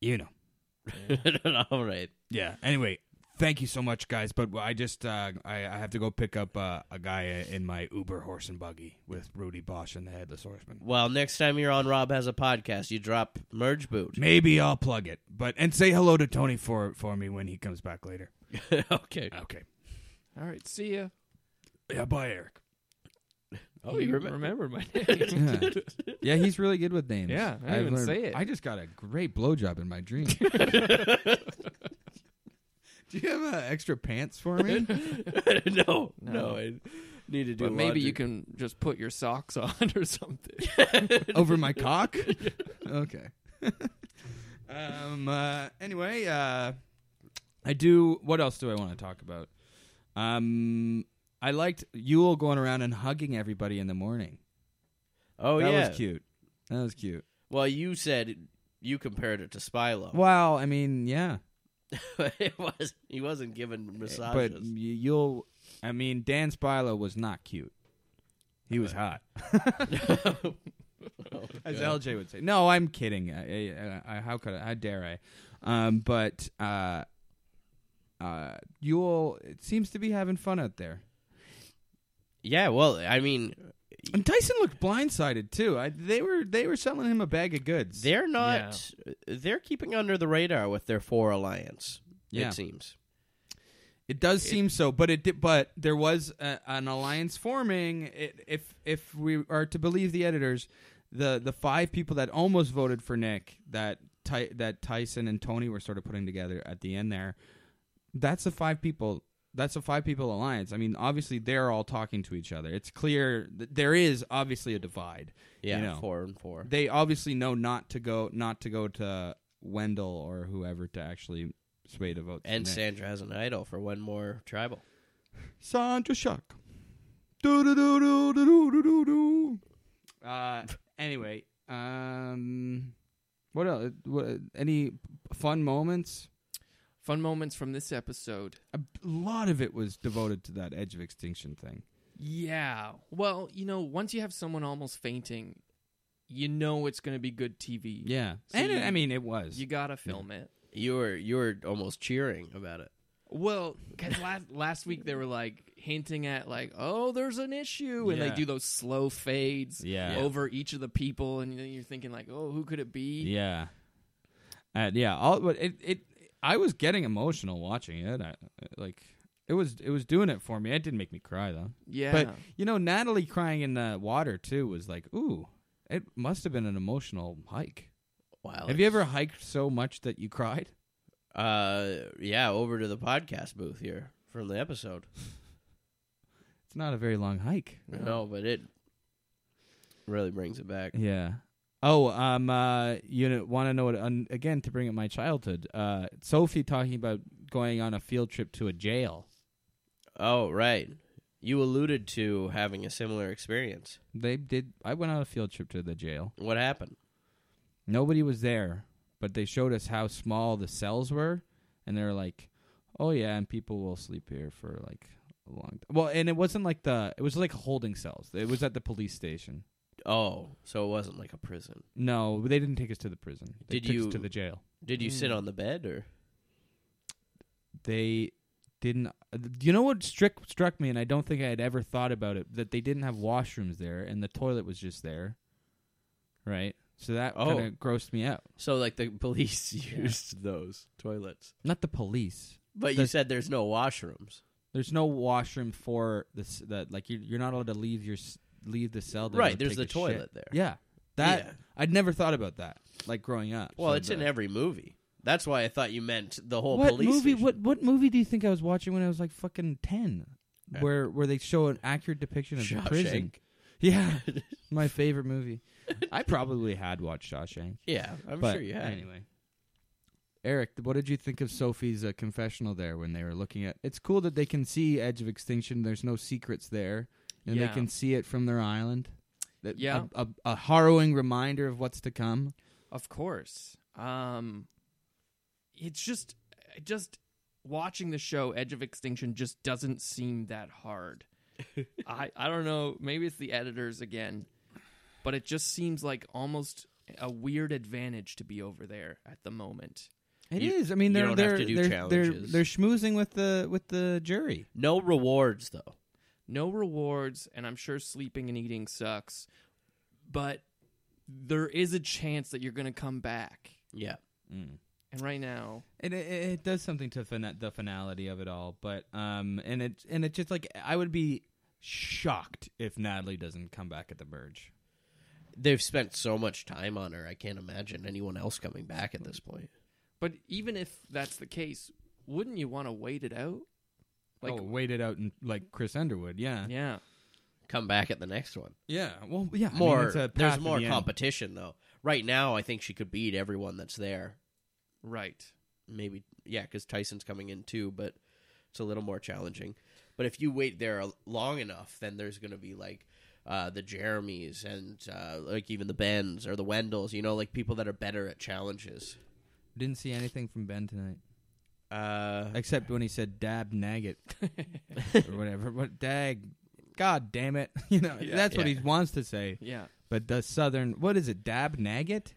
S3: you know.
S1: All right.
S3: Yeah. Anyway, thank you so much, guys. But I just uh, I, I have to go pick up uh, a guy in my Uber horse and buggy with Rudy Bosch and the Headless Horseman.
S1: Well, next time you're on Rob has a podcast, you drop Merge Boot.
S3: Maybe I'll plug it, but and say hello to Tony for for me when he comes back later.
S1: okay.
S3: Okay.
S2: All right, see ya.
S3: Yeah. Bye, Eric.
S1: Oh, you remember?
S2: my name?
S5: Yeah. yeah, he's really good with names.
S2: Yeah, I didn't
S5: I've
S2: even
S5: learned-
S2: say it.
S5: I just got a great blowjob in my dream. Do you have uh, extra pants for me?
S1: no,
S2: No.
S1: no, I need to do.
S2: but maybe
S1: laundry.
S2: you can just put your socks on or something.
S5: over my cock. okay. um. Uh, anyway, uh, I do. What else do I want to talk about? Um, I liked Yule going around and hugging everybody in the morning.
S1: Oh
S5: that
S1: yeah.
S5: was cute. That was cute.
S1: Well, you said you compared it to Spylo.
S5: Well, I mean, yeah,
S1: it was he wasn't given
S5: but
S1: massages.
S5: Yule. I mean, Dan Spilo was not cute. He was hot, as LJ would say. No, I'm kidding. I, I, I, how could I? How dare I? Um, but uh, uh, Yule it seems to be having fun out there.
S1: yeah. Well, I mean,
S5: And Tyson looked blindsided too. I, they were they were selling him a bag of goods.
S1: they're not. They're keeping under the radar with their four alliance.
S5: Yeah.
S1: It seems.
S5: It does seem so, but it did, but there was a, an alliance forming. It, if if we are to believe the editors, the the five people that almost voted for Nick that Ty, that Tyson and Tony were sort of putting together at the end there. That's the five people. That's a five people alliance. I mean, obviously they're all talking to each other. It's clear that there is obviously a divide.
S1: Yeah,
S5: you know.
S1: four and four.
S5: they obviously know not to go not to go to Wendell or whoever to actually sway to vote.
S1: And
S5: Nick.
S1: Sandra has an idol for one more tribal.
S3: Sandra Shark. Do do do do do do do do. Uh, anyway, um, what else? What, any fun moments?
S2: Fun moments from this episode.
S3: A b- lot of it was devoted to that Edge of Extinction thing.
S2: Yeah. Well, you know, once you have someone almost fainting, you know it's going to be good TV.
S3: Yeah,
S2: So
S3: and
S2: you-
S3: I mean it was.
S2: You got to film it.
S1: You were you were almost cheering about it.
S2: Well, because last, last week they were like hinting at like, oh, there's an issue, and
S3: Yeah.
S2: they do those slow fades
S3: Yeah.
S2: over each of the people, and then you're thinking like, oh, who could it be?
S3: Yeah, uh, yeah. All but it, it. I was getting emotional watching it. I, like it was, it was doing it for me. It didn't make me cry though.
S2: Yeah,
S3: But you know, Natalie crying in the water too was like, ooh, it must have been an emotional hike.
S1: Wow.
S3: Have you ever hiked so much that you cried?
S1: Uh, yeah, over to the podcast booth here from the episode.
S3: It's not a very long hike.
S1: No, but it really brings it back.
S3: Yeah. Oh, um, uh, you want to know what? Un- again, to bring up my childhood, uh, Sophie talking about going on a field trip to a jail.
S1: Oh, right. You alluded to having a similar experience.
S3: They did. I went on a field trip to the jail.
S1: What happened?
S3: Nobody was there, but they showed us how small the cells were, and they were like, "Oh yeah, and people will sleep here for like a long time." Well, and it wasn't like the it was like holding cells. It was at the police station.
S1: Oh, so it wasn't like a prison.
S3: No, they didn't take us to the prison. They
S1: Did
S3: took
S1: you-
S3: us to the jail?
S1: Did you sit
S3: Hmm.
S2: Mm.
S1: on the bed or?
S3: They didn't. You know what struck struck me, and I don't think I had ever thought about it that they didn't have washrooms there, and the toilet was just there, right? So that
S1: Oh.
S3: kind of grossed me out.
S1: So like the police used those toilets.
S3: Not the police.
S1: But you
S3: The-
S1: said there's no washrooms.
S3: There's no washroom for this. That like you're, you're not allowed to leave your s- leave the cell. to go
S1: Right, there's
S3: take
S1: the
S3: a shit.
S1: toilet there.
S3: Yeah, that
S1: Yeah.
S3: I'd never thought about that. Like growing up.
S1: Well,
S3: So
S1: it's in
S3: the-
S1: every movie. That's why I thought you meant the whole
S3: what
S1: police
S3: movie?
S1: station.
S3: What what movie do you think I was watching when I was like fucking ten?
S1: Yeah.
S3: Where where they show an accurate depiction of the prison?
S1: Uh, Shawshank.
S3: Yeah, my favorite movie. I probably had watched Shawshank.
S1: Yeah, I'm
S3: but
S1: sure you had.
S3: Anyway, Eric, what did you think of Sophie's uh, confessional there when they were looking at? It's cool that they can see Edge of Extinction. There's no secrets there, and
S2: Yeah.
S3: they can see it from their island. That-
S2: Yeah.
S3: a, a, a harrowing reminder of what's to come.
S2: of course. Um, it's just, just watching the show Edge of Extinction just doesn't seem that hard. I I don't know. Maybe it's the editors again, but it just seems like almost a weird advantage to be over there at the moment.
S3: It is.
S1: You-
S3: I mean,
S1: you
S3: they're
S1: don't have
S3: they're
S1: to do
S3: they're, they're
S1: challenges.
S3: they're schmoozing with the with the jury.
S1: No rewards though.
S2: no rewards, and I'm sure sleeping and eating sucks, but there is a chance that you're going to come back.
S1: Yeah.
S2: And right now,
S3: And it, it it does something to fin- the finality of it all, but um, and it and it just like I would be shocked if Natalie doesn't come back at the merge.
S1: They've spent so much time on her. I can't imagine anyone else coming back at this point.
S2: but even if that's the case, wouldn't you want to wait it out? Like,
S3: oh, wait it out and like Chris Underwood, yeah,
S2: yeah.
S1: Come back at the next one.
S3: yeah. Well, yeah, I mean,
S1: More
S3: it's a path
S1: there's
S3: in
S1: more
S3: the end.
S1: competition though. Right now, I think she could beat everyone that's there.
S2: Right.
S1: Maybe yeah, because Tyson's coming in too, but it's a little more challenging. But if you wait there a- long enough, then there's going to be like uh, the Jeremys and uh, like even the Bens or the Wendells. You know, like people that are better at challenges.
S3: Didn't see anything from Ben tonight,
S1: Uh,
S3: except when he said "dab nagget" or whatever. What dag? God damn it! You know
S2: Yeah.
S3: that's what
S1: Yeah.
S3: he wants to say.
S2: Yeah.
S3: But the southern, what is it? Dab nagget?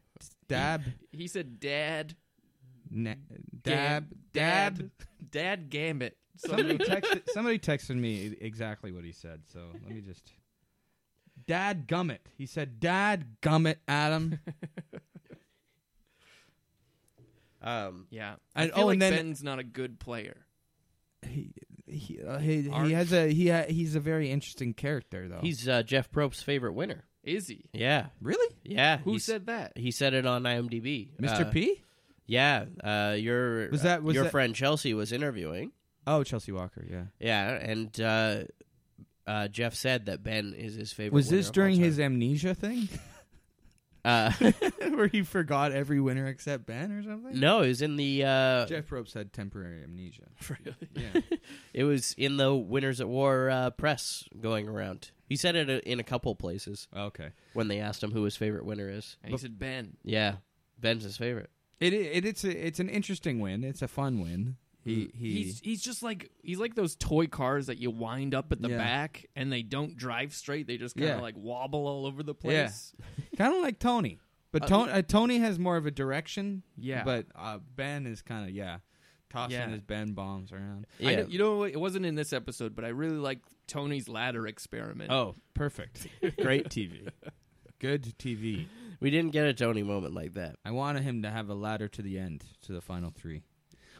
S3: Dab,
S2: He said, Dad.
S3: na- dab, dab.
S2: Dad. Dad Gambit. So
S3: Somebody texted somebody texted me e-, exactly what he said. So let me just. Dad gummit. He said, "Dad gummit, Adam."
S1: um,
S2: yeah.
S3: And-
S2: I feel
S3: oh,
S2: like
S3: and then-
S2: Ben's not a good player.
S3: he he uh, he,
S2: Arch.
S3: he has a he ha, he's a very interesting character though.
S1: he's uh, Jeff Probst's favorite winner.
S2: Is he?
S1: Yeah,
S3: really
S1: yeah.
S2: Who
S1: he's-
S2: said that?
S1: He said it on IMDb.
S3: Mr.
S1: Uh,
S3: P.
S1: Yeah, uh, your
S3: Was that- was
S1: your
S3: that-
S1: friend Chelsea was interviewing.
S3: Oh, Chelsea Walker. Yeah.
S1: Yeah, and uh, uh, Jeff said that Ben is his favorite.
S3: Was
S1: winner
S3: this
S1: of
S3: during
S1: all time.
S3: his amnesia thing?
S1: Uh,
S3: Where he forgot every winner except Ben or something?
S1: no, it was in the uh,
S3: Jeff Probst had temporary amnesia.
S1: yeah. it was in the Winners at War uh, press going around. He said it uh, in a couple places
S3: Okay.
S1: when they asked him who his favorite winner is.
S2: And he said Ben.
S1: Yeah, Ben's his favorite.
S3: It, it it's a, it's an interesting win. It's a fun win. He he
S2: Mm. He's he's just like he's like those toy cars that you wind up at the
S3: Yeah.
S2: back and they don't drive straight. They just kind of
S3: Yeah.
S2: like wobble all over the place.
S3: kind of like Tony, but
S2: Uh,
S3: Tony uh, Tony has more of a direction.
S2: Yeah.
S3: but uh, Ben is kind of yeah, tossing
S2: Yeah.
S3: his Ben bombs around.
S2: I
S1: Yeah.
S2: know- you know, what? it wasn't in this episode, but I really like Tony's ladder experiment.
S3: Oh, perfect! Great TV, good TV.
S1: We didn't get a Tony moment like that.
S3: I wanted him to have a ladder to the end, to the final three.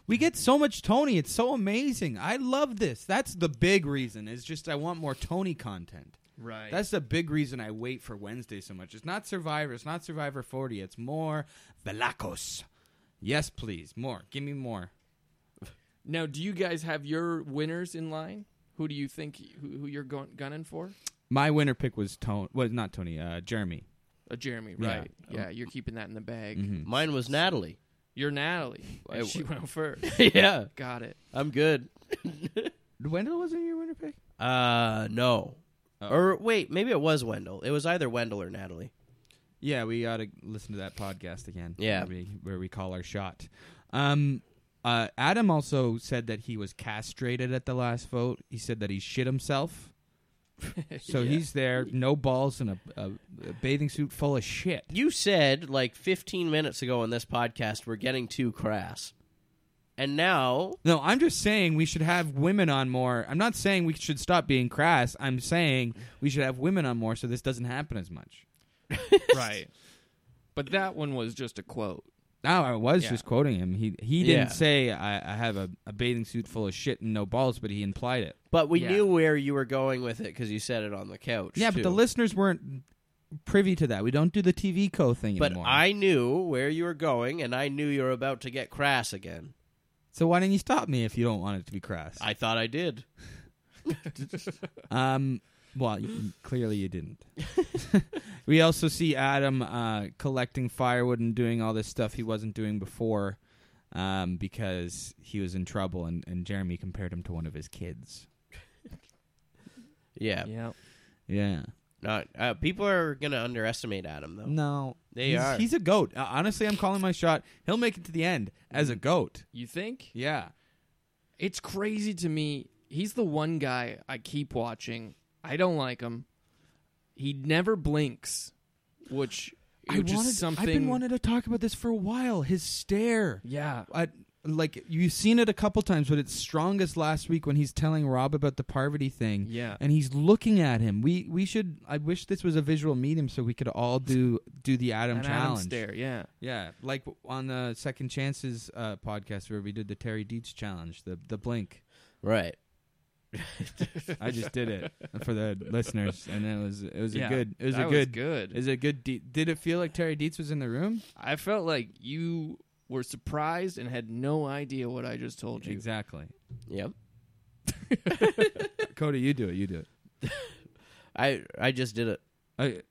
S3: We get so much Tony. It's so amazing. I love this. That's the big reason. It's just I want more Tony content.
S2: right.
S3: That's the big reason I wait for Wednesday so much. It's not Survivor. It's not Survivor 40. It's more Velacos. Yes, please. More. Give me more.
S2: now, do you guys have your winners in line? Who do you think who, who you're gun- gunning for?
S3: My winner pick was Tony. Well, not Tony. Uh, Jeremy.
S2: Uh, Jeremy,
S3: Yeah. Oh. Mm-hmm.
S2: right? Yeah, you're keeping that in the bag.
S1: Mine was Natalie.
S2: You're Natalie. Why
S1: I
S2: she
S1: w-
S2: went first.
S1: yeah,
S2: Got it.
S1: I'm good.
S3: Wendell wasn't your winner pick?
S1: Uh, no.
S3: Oh.
S1: Or wait, maybe it was Wendell. It was either Wendell or Natalie.
S3: Yeah, we got to listen to that podcast again.
S1: Yeah.
S3: Where we, where we call our shot. Um, uh, Adam also said that he was castrated at the last vote. He said that he shit himself. So
S1: Yeah.
S3: he's there, no balls, and a, a, a bathing suit full of shit.
S1: You said like 15 minutes ago on this podcast we're getting too crass, and now
S3: No, I'm just saying we should have women on more. I'm not saying we should stop being crass. I'm saying we should have women on more so this doesn't happen as much.
S2: right. But that one was just a quote.
S3: Now I was
S2: Yeah.
S3: just quoting him. He he didn't
S1: Yeah.
S3: say I, I have a, a bathing suit full of shit and no balls, but he implied it.
S1: But we
S2: Yeah.
S1: knew where you were going with it because you said it on the couch.
S3: Yeah, but
S1: too.
S3: the listeners weren't privy to that. We don't do the TV co thing
S1: But
S3: anymore.
S1: I knew where you were going, and I knew you were about to get crass again.
S3: so why didn't you stop me if you don't want it to be crass?
S1: I thought I did.
S3: Um, well, y- y- clearly you didn't. we also see Adam uh, collecting firewood and doing all this stuff he wasn't doing before um, because he was in trouble, and, and Jeremy compared him to one of his kids.
S1: Yeah,
S2: Yeah.
S3: Yeah.
S1: not uh, people are gonna underestimate Adam though.
S3: No.
S1: They
S3: he's,
S1: are.
S3: He's a goat. Uh, honestly, I'm calling my shot. He'll make it to the end as a goat.
S2: You think?
S3: Yeah.
S2: It's crazy to me. He's the one guy I keep watching. I don't like him. He never blinks, which which
S3: wanted,
S2: is something.
S3: I've been wanting to talk about this for a while. His stare.
S2: yeah,
S3: I like you've seen it a couple times, but it's strongest last week when he's telling Rob about the poverty thing.
S2: Yeah.
S3: and he's looking at him. We we should. I wish this was a visual medium so we could all do do the Adam
S2: an Adam
S3: challenge.
S2: stare. Yeah,
S3: Yeah, like on the Second Chances uh, podcast where we did the Terry Dietz challenge, the the blink.
S1: Right.
S3: I just did it for the listeners, and it was it was
S2: Yeah,
S3: a good it was
S2: that
S3: a good.
S2: good.
S3: Is a good. De- did it feel like Terry Dietz was in the room?
S2: I felt like you were surprised and had no idea what I just told you.
S3: Exactly.
S1: Yep.
S3: Cody, you do it. You do it.
S1: I I just did it.
S3: I,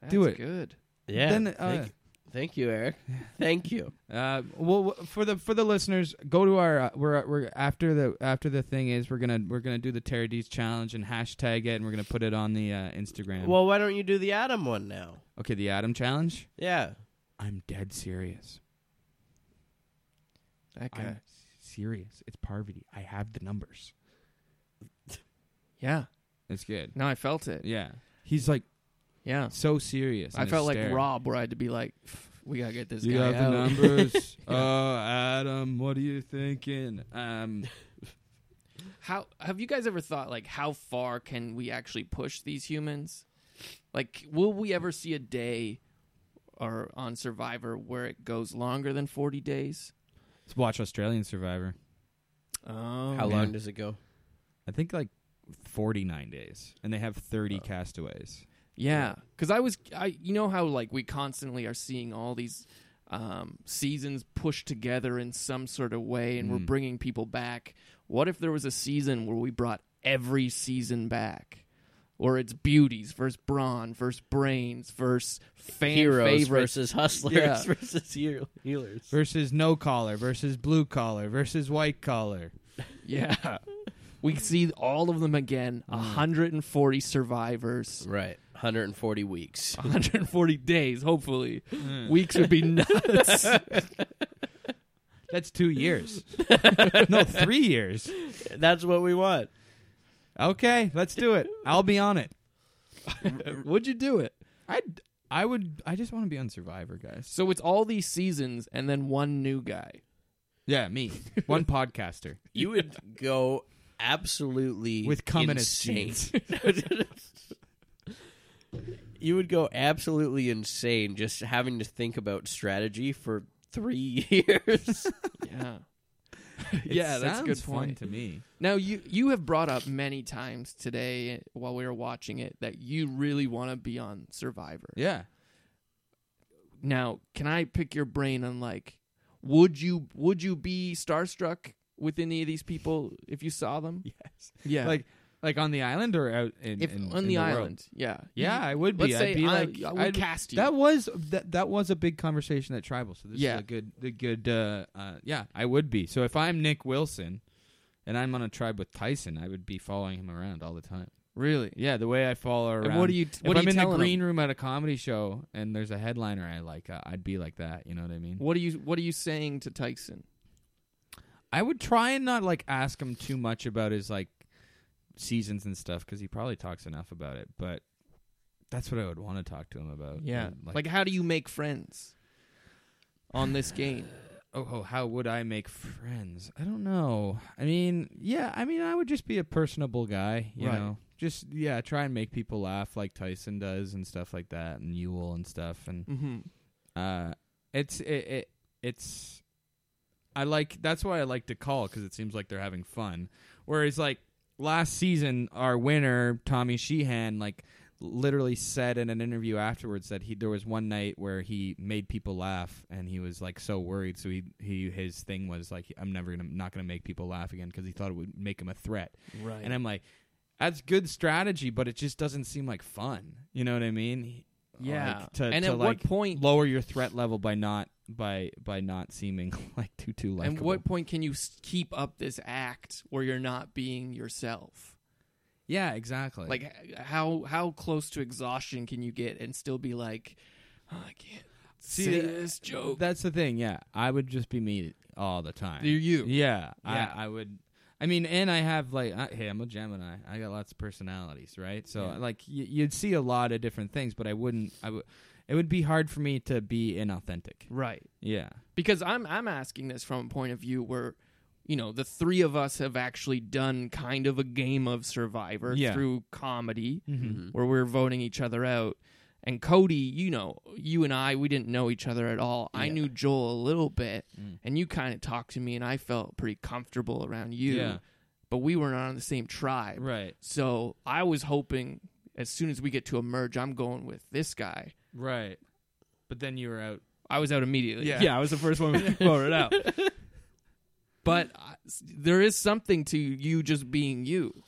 S2: That's
S3: Do it.
S2: Good.
S1: Yeah.
S3: Then, uh,
S1: thank, thank you, Eric. Thank you.
S3: Uh, well, w- for the for the listeners, go to our uh, we're we're after the after the thing is we're gonna we're gonna do the Terry D's challenge and hashtag it and we're gonna put it on the uh, Instagram.
S1: Well, why don't you do the Adam one now?
S3: okay, the Adam challenge.
S1: Yeah.
S3: I'm dead serious.
S2: Okay.
S3: I'm serious. It's Parvati. I have the numbers.
S2: yeah.
S3: It's good.
S2: No, I felt it.
S3: Yeah, he's like
S2: Yeah.
S3: so serious.
S2: I
S3: in his
S2: felt like
S3: stare.
S2: Rob, where I had to be like, "We gotta get this
S3: You
S2: guy
S3: have
S2: out."
S3: the numbers. Oh, Adam, what are you thinking? Um,
S2: How have you guys ever thought like how far can we actually push these humans? Like, will we ever see a day or on Survivor where it goes longer than forty days?
S3: let's watch Australian Survivor.
S2: Oh,
S1: How
S3: yeah.
S1: long does it go?
S3: I think like 49 days, and they have 30 castaways.
S2: yeah. Because I was, I you know how like we constantly are seeing all these um, seasons pushed together in some sort of way, and we're
S1: Mm-hmm.
S3: Mm.
S2: bringing people back. What if there was a season where we brought every season back? or it's beauties versus brawn versus brains versus fan
S1: Heroes
S2: favorites.
S1: versus hustlers
S2: Yeah.
S1: versus heal- healers.
S3: versus no collar versus blue collar versus white collar.
S2: Yeah. We see all of them
S1: Mm.
S2: again. 140 survivors.
S1: Right. 140 weeks.
S2: 140 days, hopefully.
S3: Hmm.
S2: Weeks would be nuts.
S3: That's two years. no, three years.
S1: That's what we want.
S3: Okay, let's do it. I'll be on it.
S2: Would you do it?
S3: I I would. I just want to be on Survivor, guys.
S2: So it's all these seasons and then one new guy.
S3: Yeah, me, one podcaster
S1: You would go absolutely
S3: with communist
S1: insane.
S3: genes.
S1: You would go absolutely insane just having to think about strategy for three years.
S2: Yeah. yeah,
S3: It
S2: that's a good
S3: sounds fun
S2: point.
S3: to me.
S2: Now you you have brought up many times today while we were watching it that you really want to be on Survivor.
S3: Yeah.
S2: Now, can I pick your brain on like would you would you be starstruck with any of these people if you saw them?
S3: Yes.
S2: Yeah.
S3: Like like on the island or out in,
S2: if
S3: in-
S2: on
S3: in
S2: the,
S3: world?
S2: island. Yeah.
S3: Yeah, I would be.
S2: Let's say
S3: I'd be
S2: I,
S3: like
S2: I would
S3: I'd-
S2: cast you.
S3: That was that that was a big conversation at Tribal. So this
S2: Yeah.
S3: is a good the good uh, uh yeah, I would be. So if I'm Nick Wilson and I'm on a tribe with Tyson, I would be following him around all the time.
S2: really?
S3: Yeah, the way I follow around.
S2: And what do you
S3: if
S2: what
S3: I'm
S2: are you
S3: in the
S2: telling 'em?
S3: green room at a comedy show and there's a headliner I like, uh, I'd be like that, you know what I mean?
S2: What are you what are you saying to Tyson?
S3: I would try and not like ask him too much about his like seasons and stuff cuz he probably talks enough about it, but that's what I would want to talk to him about. uh, And,
S2: Like, how do you make friends on this game?
S3: oh, oh, how would I make friends? I don't know. I mean, yeah, I mean, I would just be a personable guy, you
S2: Right.
S3: know. Just yeah, try and make people laugh like Tyson does and stuff like that, and Yule and stuff, and
S2: mm-hmm.
S3: uh, it's it, it it's I like that's why I like to call because it seems like they're having fun. Whereas like last season, our winner Tommy Sheehan like literally said in an interview afterwards that he there was one night where he made people laugh and he was like so worried so he he his thing was like I'm never gonna not gonna make people laugh again because he thought it would make him a threat
S2: Right.
S3: and I'm like that's good strategy but it just doesn't seem like fun you know what I mean
S2: yeah.
S3: like, to,
S2: and
S3: to
S2: at
S3: like,
S2: what point?
S3: lower your threat level by not by by not seeming like too too likable.
S2: And what point can you s- keep up this act where you're not being yourself?
S3: Yeah, exactly.
S2: Like h- how how close to exhaustion can you get and still be like, "Oh, I can't
S3: See,
S2: say
S3: uh,
S2: this joke.
S3: that's the thing. Yeah, I would just be me all the time.
S2: You're you.
S3: Yeah,
S2: Yeah.
S3: I, I would. I mean, and I have like, I, hey, I'm a Gemini. I got lots of personalities, right? So
S2: Yeah.
S3: like, y- you'd see a lot of different things, but I wouldn't. I would. It would be hard for me to be inauthentic.
S2: Right.
S3: Yeah.
S2: because I'm I'm asking this from a point of view where you know the three of us have actually done kind of a game of survivor
S3: Yeah.
S2: through comedy
S1: Mhm.
S3: Mm-hmm.
S2: where we're voting each other out and Cody you know you and I we didn't know each other at all I
S3: Yeah.
S2: knew Joel a little bit
S3: Mm.
S2: and you kind of talked to me and I felt pretty comfortable around you
S3: Yeah.
S2: but we weren't on the same tribe
S3: Right.
S2: so I was hoping as soon as we get to emerge I'm going with this guy
S3: Right. But then you were out.
S2: I was out immediately
S3: I was the first one voted out.
S2: but uh, s- there is something to you just being you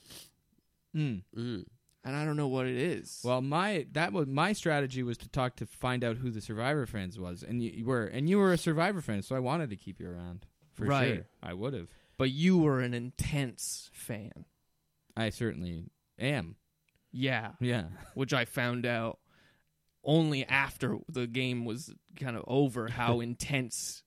S3: Mm.
S1: Mm.
S2: and i don't know what it is
S3: Well, my that was my strategy was to talk to find out who the Survivor fans was, and you, you were, and you were a Survivor fan, so I wanted to keep you around for
S2: Right.
S3: sure. I would have.
S2: but you were an intense fan
S3: I certainly am.
S2: yeah
S3: Yeah.
S2: which i found out only after the game was kind of over how intense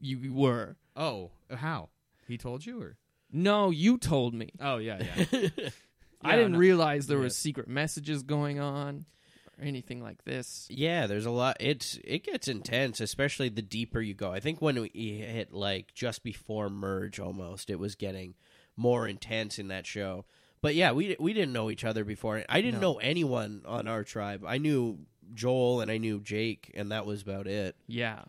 S2: you were
S3: Oh, how? He told you, or?
S2: no you told me
S3: Oh yeah, yeah.
S2: i
S1: Mm.
S3: Yeah,
S2: didn't
S3: no.
S2: realize there was
S3: Yeah.
S2: secret messages going on or anything like this
S1: Yeah, there's a lot. It's it gets intense, especially the deeper you go. I think when we hit like just before merge, almost it was getting more intense in that show. But yeah, we we didn't know each other before. I didn't
S2: No.
S1: know anyone on our tribe. I knew Joel and I knew Jake, and that was about it.
S2: Yeah.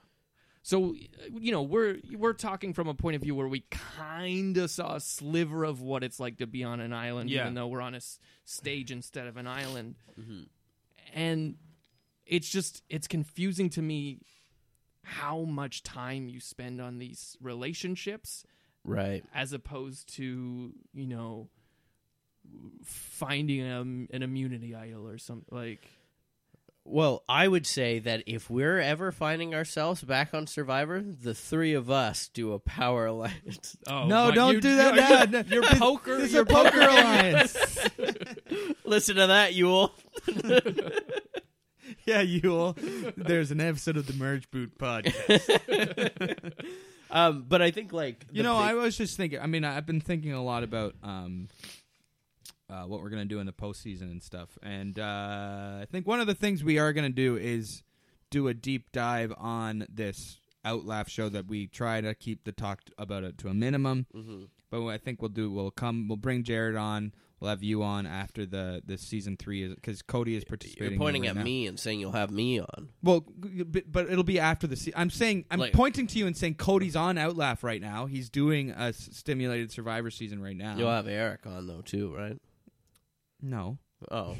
S2: So you know we're we're talking from a point of view where we kind of saw a sliver of what it's like to be on an island,
S3: Yeah. Mm-hmm.
S2: even though we're on a s- stage instead of an island, and it's just it's confusing to me how much time you spend on these relationships
S1: Right.
S2: as opposed to you know finding um, an immunity idol or something like
S1: Well, I would say that if we're ever finding ourselves back on Survivor, the three of us do a power alliance.
S2: oh
S3: no,
S2: my-
S3: don't
S2: you-
S3: do that. now.
S2: your poker
S3: This is
S2: your
S3: a poker alliance.
S1: Listen to that, Yule.
S3: yeah, Yule. There's an episode of the Merge Boot podcast.
S1: Um, but I think like
S3: You know, I was just thinking. I mean, I've been thinking a lot about um, uh, what we're gonna do in the postseason and stuff. And uh, I think one of the things we are gonna do is do a deep dive on this Outlap show that we try to keep the talk t- about it to a minimum.
S1: Mm-hmm.
S3: But what I think we'll do. We'll come. We'll bring Jared on. We'll have you on after the the season three is because Cody is participating.
S1: you're pointing
S3: right
S1: at
S3: now.
S1: me and saying you'll have me on.
S3: Well, g- but, but it'll be after the. Se- I'm saying I'm
S1: Like-
S3: pointing to you and saying Cody's on Outlap right now. He's doing a s- stimulated Survivor season right now.
S1: You'll have Eric on though too, right?
S3: no.
S1: Oh,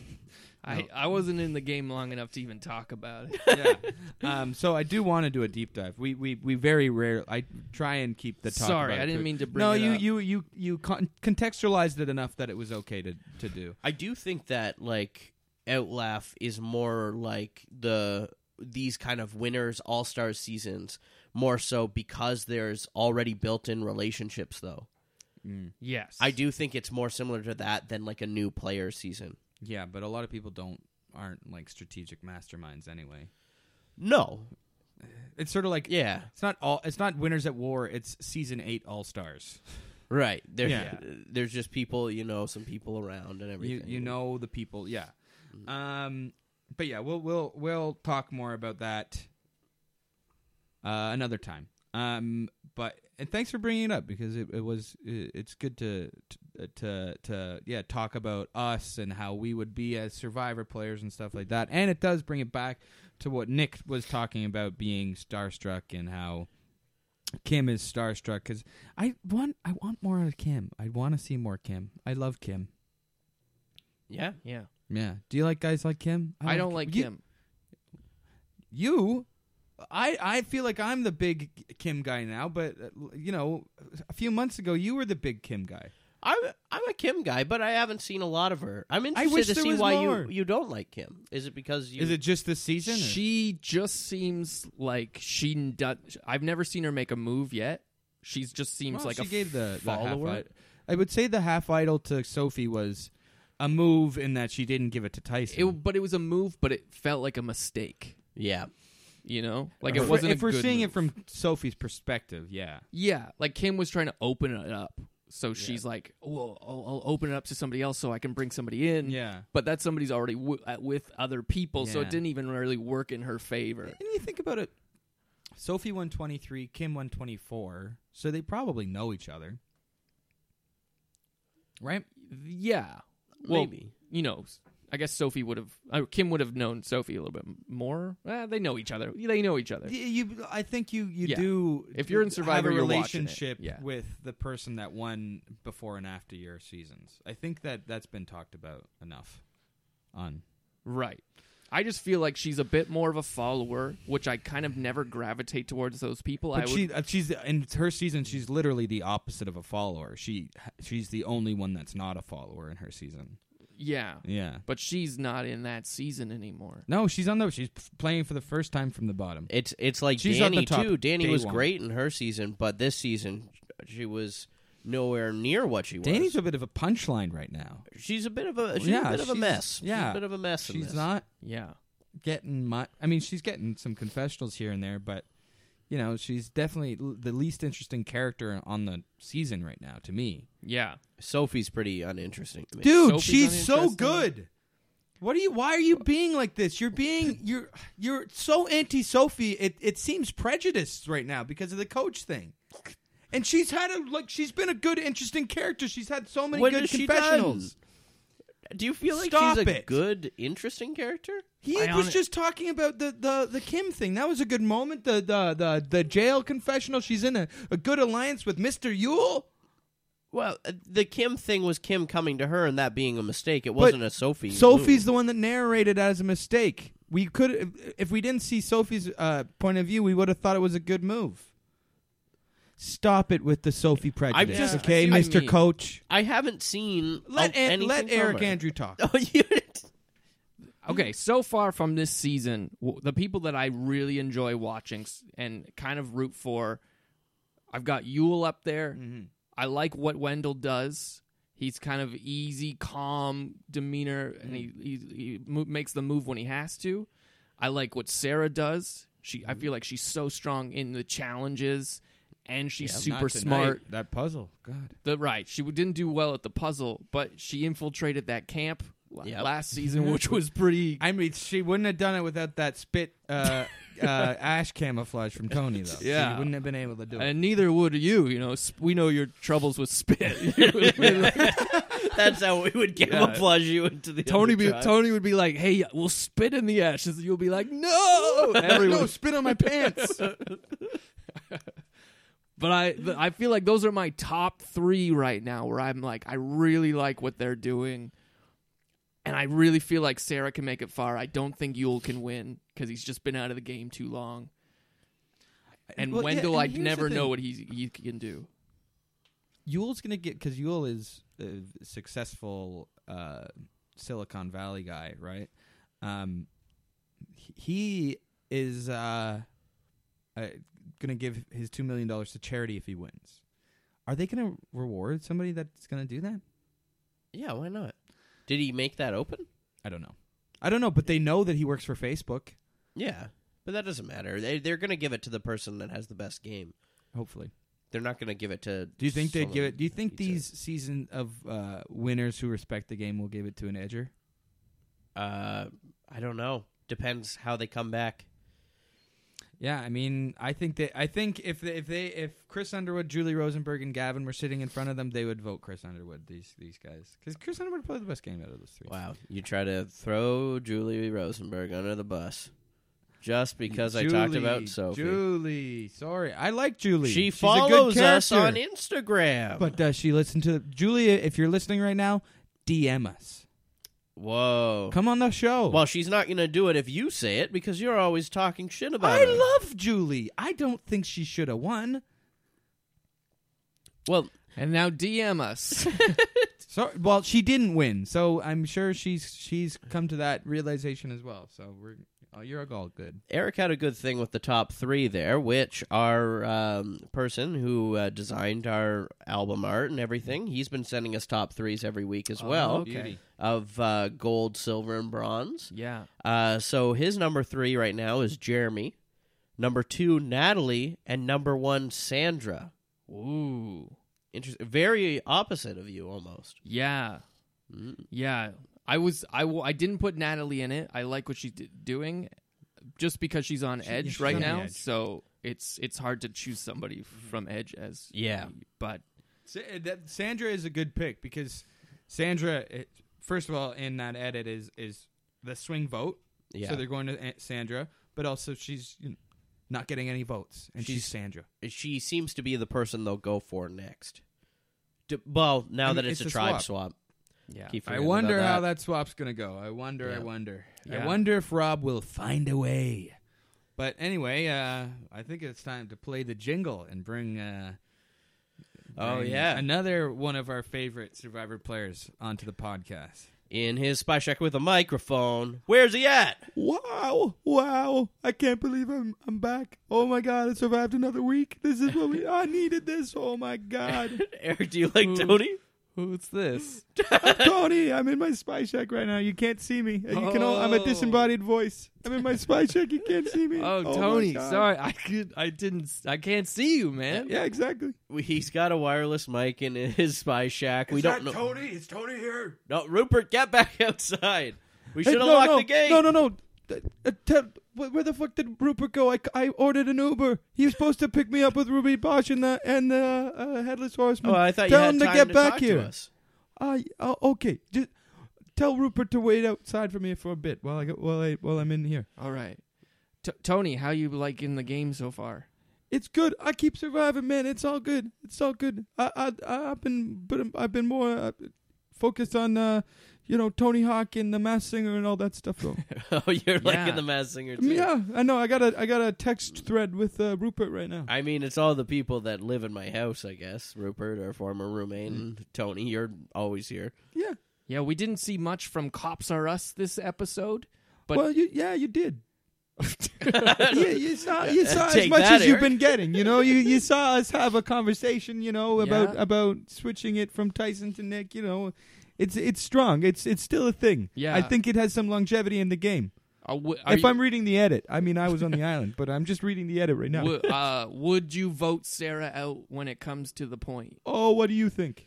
S2: I, I wasn't in the game long enough to even talk about it
S3: yeah. Um. So I do want to do a deep dive. We we we very rare. I try and keep the talk.
S2: sorry
S3: about
S2: i
S3: it
S2: didn't
S3: to-
S2: mean to bring
S3: No,
S2: it
S3: you
S2: up.
S3: you you you con- contextualized it enough that it was okay to to do.
S1: I do think that like Outlaugh is more like the these kind of winners all star seasons more so because there's already built in relationships though.
S2: yes
S1: I do think it's more similar to that than like a new player season.
S3: Yeah, but a lot of people don't aren't like strategic masterminds anyway.
S1: No.
S3: It's sort of like
S1: Yeah.
S3: It's not all. It's not winners at war. It's season eight all stars.
S1: Right. There,
S3: Yeah.
S1: There's just people, you know, some people around and
S3: you
S1: everything.
S3: you know the people yeah um but yeah we'll we'll we'll talk more about that uh another time um but and thanks for bringing it up because it, it was it, it's good to, to to to yeah talk about us and how we would be as survivor players and stuff like that and it does bring it back to what nick was talking about being starstruck and how Kim is starstruck because I want I want more of Kim. I want to see more Kim. I love Kim.
S1: Yeah.
S2: yeah
S3: Yeah. Do you like guys like Kim?
S2: i don't like
S3: you,
S2: him
S3: You, I I feel like I'm the big Kim guy now, but uh, you know, a few months ago you were the big Kim guy.
S1: I'm I'm a Kim guy, but I haven't seen a lot of her. I'm interested
S3: wish
S1: to
S3: there
S1: see
S3: was
S1: why
S3: more.
S1: you you don't like Kim. Is it because you
S3: Is it just this season? or-
S2: she just seems like she does i've never seen her make a move yet she just seems
S3: Well,
S2: like
S3: she
S2: a
S3: gave the, the half
S2: follower
S3: i- I would say the half idol to Sophie was a move in that she didn't give it to Tyson.
S2: it, but it was a move but it felt like a mistake
S1: Yeah.
S2: you know like
S3: If
S2: it
S3: we're-
S2: wasn't
S3: If
S2: a
S3: we're
S2: good
S3: seeing
S2: move.
S3: it from Sophie's perspective, yeah.
S2: Yeah, like Kim was trying to open it up. So she's like, "Well, I'll, I'll open it up to somebody else so I can bring somebody in."
S3: Yeah.
S2: But that somebody's already w- at- with other people, so
S3: Yeah.
S2: it didn't even really work in her favor.
S3: And you think about it, Sophie one twenty three, Kim one twenty four, so they probably know each other, right?
S2: Yeah. Well,
S1: Maybe.
S2: you know, I guess Sophie would have uh, Kim would have known Sophie a little bit more. Eh, they know each other. They know each other.
S3: Y- You, I think you you
S2: Yeah.
S3: do.
S2: If you're in Survivor,
S3: have a
S2: you're watching it.
S3: relationship
S2: Yeah.
S3: with the person that won before and after your seasons. I think that that's been talked about enough. On
S2: Right. I just feel like she's a bit more of a follower, which I kind of never gravitate towards those people. I
S3: but
S2: would
S3: she uh, she's in her season. She's literally the opposite of a follower. She she's the only one that's not a follower in her season.
S2: yeah.
S3: Yeah.
S2: But she's not in that season anymore.
S3: No, she's on the. She's playing for the first time from the bottom.
S1: It's it's like
S3: She's on
S1: Danny
S3: the top
S1: too. Danny
S3: day
S1: was
S3: one.
S1: great in her season, but this season she was nowhere near what she was.
S3: Danny's a bit of a punchline right now.
S1: she's a bit of a she's
S3: Yeah,
S1: a bit of a
S3: she's-
S1: mess.
S3: yeah.
S1: she's a bit of a mess. in
S3: She's
S1: this.
S3: not
S2: Yeah.
S3: getting my. I mean, she's getting some confessionals here and there, but you know, she's definitely l- the least interesting character on the season right now to me.
S2: Yeah.
S1: Sophie's pretty uninteresting to me.
S3: Dude,
S2: Sophie's
S3: she's so
S2: uninteresting.
S3: good. What are you? Why are you being like this? You're being you're you're so anti Sophie. It it seems prejudiced right now because of the coach thing. And she's had a like she's been a good interesting character. She's had so many
S1: What
S3: good
S1: has she
S3: confessionals.
S1: done? do you feel like
S3: Stop
S1: she's a
S3: it.
S1: good, interesting character?
S3: He
S2: I
S3: was
S2: hone-
S3: just talking about the, the, the Kim thing. That was a good moment. The the the, the jail confessional. She's in a, a good alliance with Mister Yule.
S1: Well, uh, the Kim thing was Kim coming to her and that being a mistake. It wasn't a Sophie.
S3: Sophie's
S1: move.
S3: the one that narrated as a mistake. We could if- if we didn't see Sophie's uh, point of view, we would have thought it was a good move. Stop it with the Sophie prejudice,
S1: just-
S3: okay,
S2: I see what you
S3: Mr.
S2: mean.
S3: Coach?
S1: I haven't seen
S3: Let
S1: oh,
S3: An-
S1: anything
S3: let
S1: from
S3: Eric
S1: her.
S3: Andrew talk.
S1: Oh, you
S2: Okay, so far from this season, w- the people that I really enjoy watching s- and kind of root for, I've got Yule up there. I like what Wendell does. He's kind of easy, calm demeanor, and he he, he mo- makes the move when he has to. I like what Sarah does. She, I feel like she's so strong in the challenges, and she's super smart.
S3: That puzzle, God.
S2: The right, she didn't do well at the puzzle, but she infiltrated that camp la-
S1: Yep.
S2: last season, which was pretty
S3: I mean, she wouldn't have done it without that spit uh, uh, ash camouflage from Tony, though.
S2: Yeah.
S3: she wouldn't have been able to do it.
S2: And neither would you. You know, sp- we know your troubles with spit.
S1: That's how we would camouflage you into the
S2: Tony, be,
S1: underdog.
S2: Tony would be like, "Hey, we'll spit in the ashes." and You'll be like, "No, everyone."
S3: no, spit on my pants.
S2: But I, th- I feel like those are my top three right now. Where I'm like, I really like what they're doing, and I really feel like Sarah can make it far. I don't think Yule can win because he's just been out of the game too long. And
S3: Well, yeah,
S2: Wendell,
S3: and
S2: I
S3: here's the
S2: never know
S3: thing.
S2: what he's, he can do.
S3: Yule's gonna get because Yule is a successful uh, Silicon Valley guy, right? Um, he- he is uh, uh, gonna give his two million dollars to charity if he wins. Are they gonna reward somebody that's gonna do that?
S1: Yeah, why not? Did he make that open?
S3: I don't know. I don't know, but they know that he works for Facebook.
S1: Yeah, but that doesn't matter. They they're gonna give it to the person that has the best game.
S3: Hopefully,
S1: They're not gonna give it to.
S3: do you think they'd
S1: someone
S3: give it? Do you
S1: that
S3: think these
S1: needs
S3: season of uh, winners who respect the game will give it to an edger?
S1: it. Uh, I don't know. Depends how they come back.
S3: Yeah, I mean, I think that I think if they, if they if Chris Underwood, Julie Rosenberg, and Gavin were sitting in front of them, they would vote Chris Underwood. These these guys because Chris Underwood played the best game out of those three.
S1: Wow, you try to throw Julie Rosenberg under the bus just because I talked about Sophie.
S3: Julie, sorry, I like Julie.
S1: She
S3: She's a good
S1: follows us on
S3: character.
S1: Instagram.
S3: but does she listen to Julia? If you're listening right now, DM us.
S1: Whoa.
S3: Come on the show.
S1: Well, she's not going to do it if you say it because you're always talking shit about
S3: I
S1: her.
S3: love Julie. I don't think she should have won.
S1: well,
S2: And now DM us.
S3: So, well, she didn't win, so I'm sure she's she's come to that realization as well. So we're oh, you're all good.
S1: Eric had a good thing with the top three there, which our um, person who uh, designed our album art and everything, he's been sending us top threes every week
S3: Oh,
S1: as well
S2: okay. Beauty.
S1: of uh, gold, silver, and bronze.
S2: yeah.
S1: Uh, so his number three right now is Jeremy, number two Natalie, and number one Sandra.
S2: Ooh.
S1: Interesting, very opposite of you almost.
S2: Yeah.
S3: Mm.
S2: Yeah. I was I, w- I didn't put Natalie in it. I like what she's d- doing just because she's on edge
S3: she's
S2: right
S3: on the
S2: now.
S3: edge.
S2: So it's it's hard to choose somebody
S3: Mm-hmm.
S2: from edge as
S1: Yeah.
S2: But
S3: Sa- uh, that- Sandra is a good pick because Sandra, it, first of all, in that edit is is the swing vote.
S1: Yeah,
S3: So they're going to Aunt Sandra, but also she's you know, not getting any votes, and she's,
S1: She's-
S3: Sandra.
S1: she seems to be the person they'll go for next. D- well, now
S3: mean,
S1: that it's,
S3: it's
S1: a
S3: a
S1: tribe
S3: swap.
S1: swap,
S2: yeah.
S1: Keep
S3: I
S1: forgetting
S3: wonder
S1: about
S3: how that swap's going to go. I wonder.
S1: Yeah.
S3: I wonder.
S2: Yeah.
S3: I wonder if Rob will find a way. But anyway, uh, I think it's time to play the jingle and bring. Uh,
S1: Oh
S3: bring
S1: yeah,
S3: another one of our favorite Survivor players onto the podcast.
S1: in his spy shack with a microphone. Where's he at?
S3: Wow, wow. I can't believe I'm I'm back. Oh my god, I survived another week. This is what we I needed this. Oh my god.
S1: Eric, do you
S3: Hmm.
S1: like Tony?
S2: Who's this?
S3: Tony, I'm in my spy shack right now. You can't see me. You can all, I'm a
S2: Oh.
S3: disembodied voice. I'm in my spy shack. You can't see me.
S2: Oh,
S3: my
S2: Tony.
S3: God.
S2: Sorry. I could I didn't s- I can't see you, man.
S3: Yeah, exactly.
S1: He's got a wireless mic in his spy shack. we don't know.
S4: Tony, is Tony here?
S1: No, Rupert, get back outside. We
S3: Hey,
S1: should have
S3: no,
S1: locked
S3: no,
S1: the gate.
S3: No, no, no. Uh, uh, tell, wh- where the fuck did Rupert go? I, c- I ordered an Uber. He was supposed to pick me up with Ruby Bosch and the and the uh, headless horseman.
S1: Oh, I thought
S3: tell
S1: you had
S3: him
S1: time
S3: to get back
S1: talk
S3: here.
S1: to us.
S3: I uh, okay. Just tell Rupert to wait outside for me for a bit while I go, while I while I'm in here.
S2: All right. T- Tony, how you liking the game so far?
S3: It's good. I keep surviving, man. It's all good. um, It's all good. I I, I I've been but I've been more uh, focused on uh, you know, Tony Hawk and the Mass Singer and all that stuff though.
S1: oh, you're like
S2: Yeah.
S1: in the Mass Singer too.
S3: yeah, I know. I got a I got a text thread with uh, Rupert right now.
S1: I mean, it's all the people that live in my house, I guess. Rupert, our former
S3: Hmm.
S1: roommate, and Tony, you're always here.
S3: yeah.
S2: Yeah, we didn't see much from Cops Are Us this episode, but
S3: well, you, yeah, you did. yeah, you saw you saw as
S1: Take
S3: much
S1: that,
S3: as you've
S1: Eric.
S3: been getting. You know, you you saw us have a conversation. You know about
S2: Yeah.
S3: about switching it from Tyson to Nick. You know, it's it's strong. It's it's still a thing.
S2: Yeah.
S3: I think it has some longevity in the game.
S2: uh, w- are
S3: if
S2: you-
S3: I'm reading the edit, I mean, I was on the island, but I'm just reading the edit right now.
S2: w- uh, would you vote Sarah out when it comes to the point?
S3: oh, what do you think?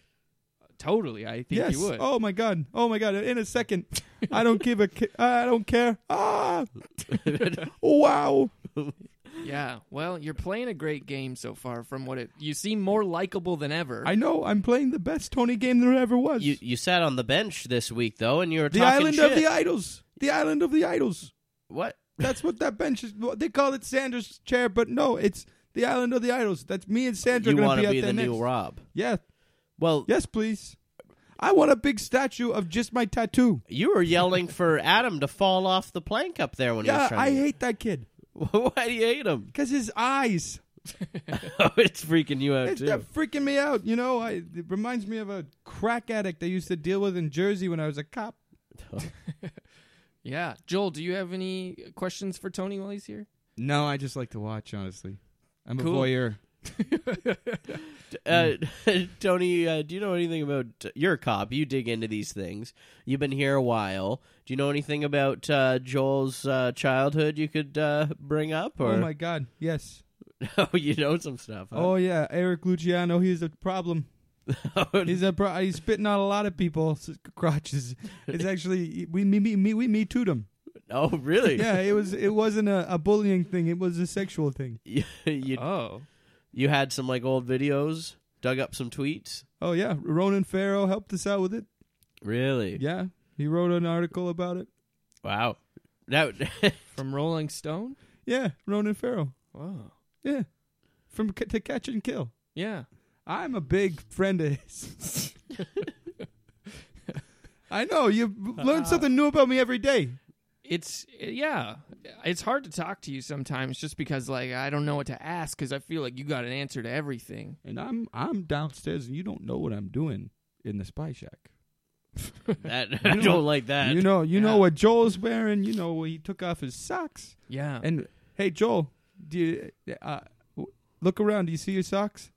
S2: Totally, I think
S3: yes.
S2: you would.
S3: Oh my god. Oh my god. In a second, I don't give a. Ki- I don't care. Ah. wow.
S2: Yeah. Well, you're playing a great game so far. From what it, you seem more likable than ever.
S3: I know. I'm playing the best Tony game there ever was.
S1: You you sat on the bench this week though, and you were
S3: the
S1: talking
S3: island
S1: shit.
S3: of the idols. The island of the idols.
S1: what?
S3: That's what that bench is. They call it Sanders' chair, but no, it's the island of the idols. That's me and Sandra
S1: You
S3: going
S1: want to
S3: out
S1: be
S3: there
S1: the
S3: next.
S1: new Rob?
S3: Yeah.
S1: Well,
S3: Yes, please. I want a big statue of just my tattoo.
S1: you were yelling for Adam to fall off the plank up there when he was
S3: Yeah, I
S1: trying.
S3: hate that kid
S1: to... Why do you hate him?
S3: because his eyes.
S1: it's freaking you out
S3: It's
S1: too.
S3: that freaking me out. You know, I, it reminds me of a crack addict I used to deal with in Jersey when I was a cop.
S2: yeah. Joel, do you have any questions for Tony while he's here?
S3: No, I just like to watch, honestly. I'm
S2: Cool.
S3: a voyeur.
S1: Uh, Tony, uh, do you know anything about? You're a cop. You dig into these things. You've been here a while. Do you know anything about uh, Joel's uh, childhood you could uh, bring up? Or
S3: Oh my god, yes.
S1: Oh, you know some stuff. Huh?
S3: Oh yeah, Eric Luciano, he's a problem. Oh,
S1: Oh,
S3: He's a pro- he's spitting on a lot of people's crotches. It's actually we me me, me we me tooed him.
S1: oh, really?
S3: Yeah, it was it wasn't a, a bullying thing. It was a sexual thing.
S1: You, you,
S2: Oh,
S1: you had some like old videos, dug up some tweets.
S3: Oh yeah, Ronan Farrow helped us out with it.
S1: Really?
S3: Yeah, he wrote an article about it.
S1: Wow. That
S2: from Rolling Stone.
S3: Yeah, Ronan Farrow.
S2: Wow.
S3: Yeah, from C- to catch and kill.
S2: Yeah.
S3: I'm a big friend of his. I know you learn something new about me every day.
S2: It's yeah. It's hard to talk to you sometimes, just because like I don't know what to ask because I feel like you got an answer to everything.
S3: And I'm I'm downstairs, and you don't know what I'm doing in the spy shack.
S1: that I don't like that.
S3: you know, you
S2: yeah.
S3: know what Joel's wearing. You know he took off his socks.
S2: Yeah.
S3: And hey, Joel, do you uh, w- look around? Do you see your socks?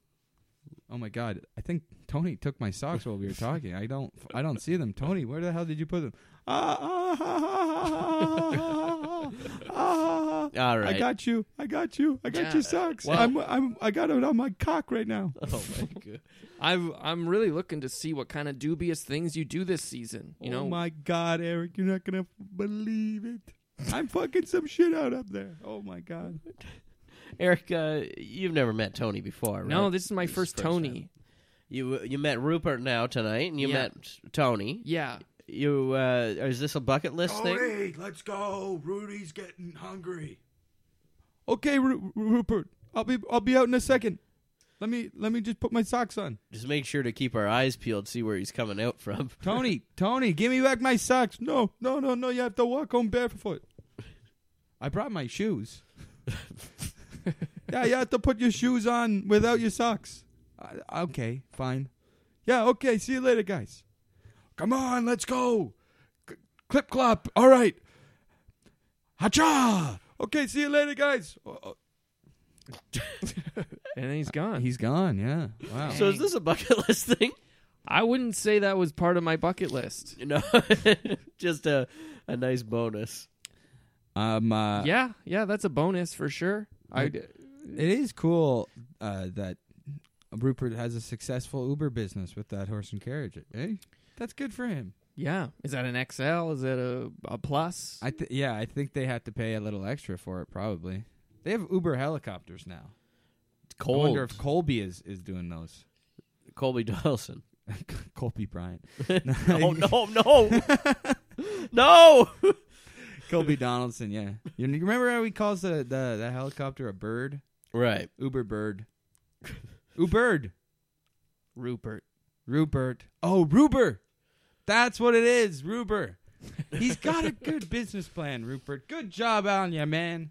S3: Oh my God! I think Tony took my socks while we were talking. I don't, I don't see them. Tony, where the hell did you put them? Ah, ah, ah, ah, ah, ah, ah, ah.
S1: All right.
S3: I got you. I got you. I got
S2: Yeah.
S3: your socks.
S2: Well-
S3: I'm, I'm, I got it on my cock right now.
S1: oh my god.
S2: I've, I'm really looking to see what kind of dubious things you do this season. You know,
S3: oh my God, Eric, you're not gonna believe it. I'm fucking some shit out up there. Oh my God.
S1: Eric, uh, you've never met Tony before, right?
S2: no, this is my
S1: This is
S2: first
S1: first
S2: Tony.
S1: You you met Rupert now tonight, and you
S2: Yeah.
S1: met Tony.
S2: Yeah,
S1: You uh, is this a bucket
S3: Oh,
S1: list thing?
S4: Tony, let's go. Rudy's getting hungry.
S3: Okay, Ru- Ru- Rupert, I'll be I'll be out in a second. Let me let me just put my socks on.
S1: Just make sure to keep our eyes peeled, see where he's coming out from.
S3: Tony, Tony, give me back my socks. No, no, no, no. You have to walk home barefoot. I brought my shoes. yeah, you have to put your shoes on without your socks. Uh, okay, fine. Yeah, okay. See you later, guys.
S4: Come on, let's go. C- clip clop. All right. Hacha.
S3: Okay, see you later, guys. Oh, oh,
S2: and then he's gone.
S3: He's gone. Yeah. Wow.
S1: So is this a bucket list thing?
S2: I wouldn't say that was part of my bucket list.
S1: You know, just a a nice bonus.
S3: Um. Uh,
S2: yeah, yeah, that's a bonus for sure. I
S3: It is cool uh, that Rupert has a successful Uber business with that horse and carriage. Eh? That's good for him.
S2: yeah. Is that an XL? Is that a a plus?
S3: I th- yeah, I think they had to pay a little extra for it probably. They have Uber helicopters now.
S1: It's
S3: I
S1: cold.
S3: wonder if Colby is, is doing those.
S1: Colby Donaldson.
S3: Colby Bryant.
S1: Oh no no no!
S3: Colby Donaldson, yeah. You you remember how he calls the, the, the helicopter a bird?
S1: Right.
S3: Uber bird. Uberd.
S2: Rupert.
S3: Rupert. Oh, Ruber. That's what it is, Rupert. He's got a good business plan, Rupert. Good job on you, man.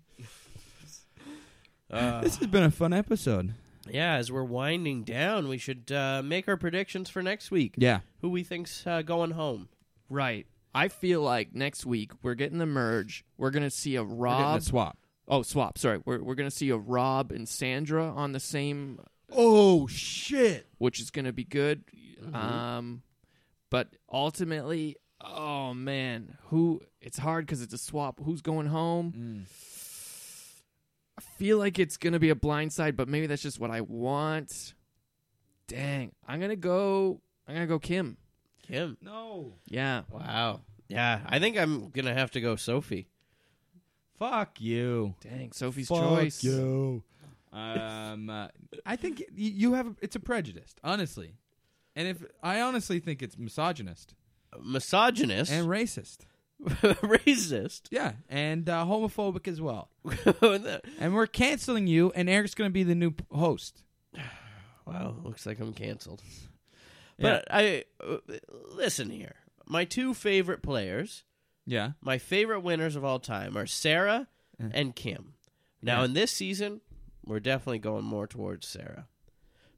S1: Uh,
S3: This has been a fun episode.
S1: yeah, as we're winding down, we should uh, make our predictions for next week.
S3: Yeah.
S1: Who we think's uh, going home?
S2: Right. I feel like next week we're getting the merge. We're gonna see a
S3: We're getting
S2: Rob.
S3: a swap.
S2: oh, swap. Sorry. We're we're gonna see a Rob and Sandra on the same,
S3: Oh shit.
S2: which is gonna be good.
S1: Mm-hmm.
S2: Um, but ultimately, oh man, who? It's hard because it's a swap. Who's going home?
S1: Mm.
S2: I feel like it's gonna be a blindside, but maybe that's just what I want. Dang, I'm gonna go. I'm gonna go Kim.
S1: Kim.
S3: No.
S2: Yeah.
S1: Wow. Yeah, I think I'm gonna have to go Sophie.
S3: Fuck you.
S2: Dang, Sophie's
S3: Fuck
S2: choice.
S3: you. Um, uh, I think y- you have a, it's a prejudice, honestly, and if I honestly think it's misogynist
S1: Misogynist
S3: and racist,
S1: racist.
S3: yeah, and uh, homophobic as well.
S1: wow,
S3: And we're canceling you, and Eric's going to be the new p- host.
S1: looks like I'm canceled. But I uh, listen here. My two favorite players,
S3: Yeah,
S1: my favorite winners of all time, are Sarah and Kim. Now in this season, we're definitely going more towards Sarah.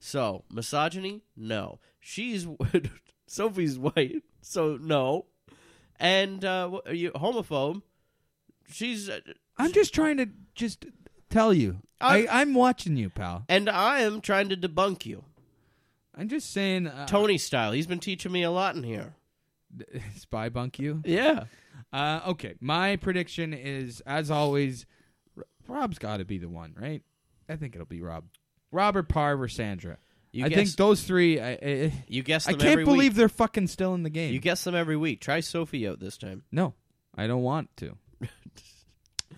S1: So misogyny, no. She's Sophie's white, so no. And uh, what- are you homophobe? She's uh,
S3: I'm just trying to just tell you,
S1: I-
S3: I, I'm watching you, pal.
S1: and I am trying to debunk you,
S3: I'm just saying, uh,
S1: Tony style. He's been teaching me a lot in here.
S3: spy bunk you.
S1: Yeah.
S3: Uh, okay, my prediction is, as always, R- Rob's got to be the one, right? I think it'll be Rob, Robert Parr or Sandra.
S1: You
S3: I
S1: guess,
S3: think those three. I, I,
S1: you guess
S3: I
S1: them
S3: can't
S1: every
S3: believe
S1: week.
S3: they're fucking still in the game.
S1: You guess them every week. Try Sophie out this time.
S3: no, I don't want to.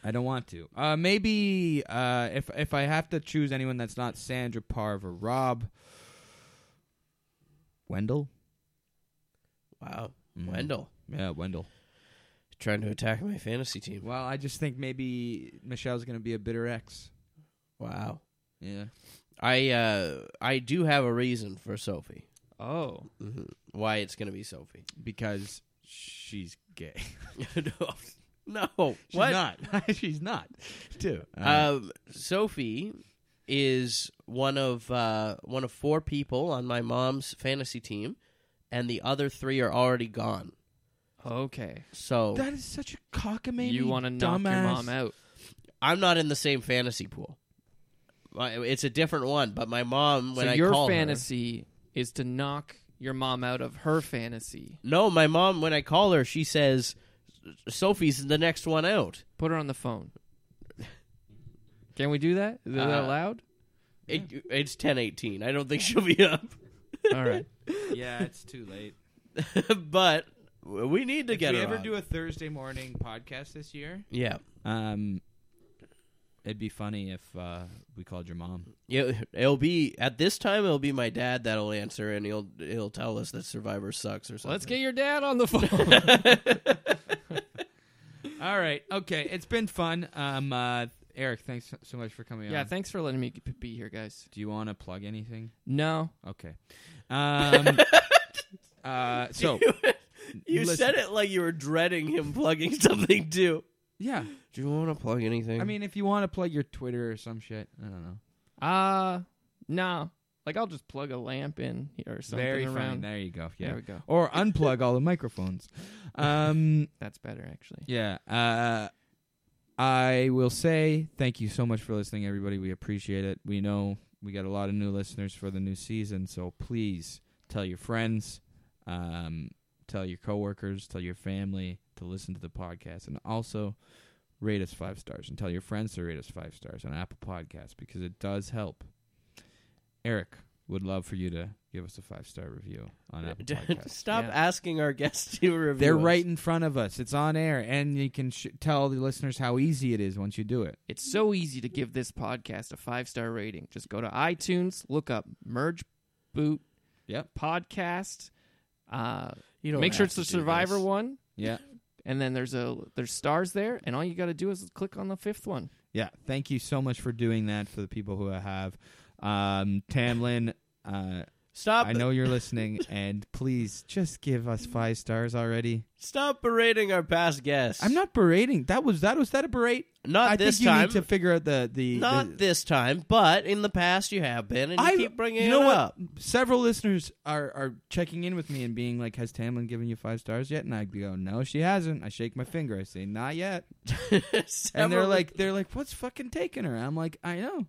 S3: I don't want to. Uh, maybe uh, if if I have to choose anyone that's not Sandra Parv or Rob, Wendell.
S1: Wow.
S3: Mm.
S1: Wendell
S3: Yeah, Wendell.
S1: trying to attack my fantasy team.
S3: Well, I just think maybe Michelle's gonna be a bitter ex.
S1: Wow.
S3: Yeah.
S1: I uh I do have a reason for Sophie.
S2: Oh.
S1: hmm Why it's going to be Sophie.
S3: because she's gay.
S1: no. No.
S3: She's
S1: what?
S3: not. she's not. Too. Uh,
S1: Um Sophie is one of uh one of four people on my mom's fantasy team and the other three are already gone.
S2: Okay.
S1: So
S3: that is such a cockamamie.
S2: you want to knock your mom out.
S1: I'm not in the same fantasy pool. My- It's a different one, but my mom when
S2: so
S1: I
S2: your
S1: call her-
S2: fantasy is to knock your mom out of her fantasy.
S1: No, my mom, when I call her, she says, Sophie's the next one out.
S2: Put her on the phone. Can we do that? Is that
S1: Uh,
S2: allowed?
S1: It, it's 1018. I don't think she'll be up.
S2: All right.
S3: Yeah, it's too late.
S1: but we need to
S3: if
S1: get
S3: we
S1: her
S3: ever
S1: on.
S3: do a Thursday morning podcast this year,
S1: yeah.
S3: um, it'd be funny if uh, we called your mom.
S1: yeah. It'll be, at this time, it'll be my dad that'll answer, and he'll he'll tell us that Survivor sucks or something.
S2: Let's get your dad on the phone.
S3: All right. Okay. It's been fun. Um, uh, Eric, thanks so- so much for coming
S2: yeah,
S3: on.
S2: thanks for letting me g- be here, guys.
S3: Do you want to plug anything?
S2: No.
S3: Okay. Um, uh, so
S1: You
S3: Listen.
S1: said it like you were dreading him plugging something, too.
S3: yeah.
S1: Do you want to plug anything?
S3: I mean, if you want to plug your Twitter or some shit, I don't know.
S2: Uh, no. Like I'll just plug a lamp in here or something
S3: Very fine.
S2: around.
S3: There you go.
S2: There
S3: Yeah.
S2: we go.
S3: Or unplug all the microphones. Um,
S2: That's better actually.
S3: yeah. Uh, I will say thank you so much for listening, everybody. We appreciate it. We know we got a lot of new listeners for the new season, so please tell your friends, um, tell your coworkers, tell your family to listen to the podcast, and also rate us five stars and tell your friends to rate us five stars on Apple Podcasts because it does help. Eric would love for you to give us a five star review on
S1: Uh,
S3: Apple Podcasts.
S1: Stop
S2: Yeah.
S1: asking our guests to review.
S3: They're
S1: us.
S3: right in front of us. It's on air, and you can sh- tell the listeners how easy it is once you do it.
S2: It's so easy to give this podcast a five star rating. Just go to iTunes, look up Merge Boot
S3: Yep.
S2: Podcast. Uh,
S1: You don't
S2: make sure
S1: have
S2: it's the
S1: to do
S2: Survivor
S1: this.
S2: one,
S3: Yeah,
S2: and then there's a there's stars there, and all you got to do is click on the fifth one.
S3: yeah. Thank you so much for doing that for the people who I have. Um, Tamlin, uh,
S1: Stop!
S3: I know you're listening, and please just give us five stars already.
S1: Stop berating our past guests.
S3: I'm not berating. That was that was that a berate?
S1: Not
S3: I
S1: this
S3: think you
S1: time.
S3: need to figure out the the.
S1: not
S3: the-
S1: this time, but in the past you have been, and you
S3: I
S1: keep bringing
S3: you know
S1: it
S3: what?
S1: up.
S3: Several listeners are are checking in with me and being like, "Has Tamlin given you five stars yet?" And I go, "No, she hasn't." I shake my finger. I say, "Not yet." and they're
S1: Several-
S3: like, "They're like, what's fucking taking her?" I'm like, "I know."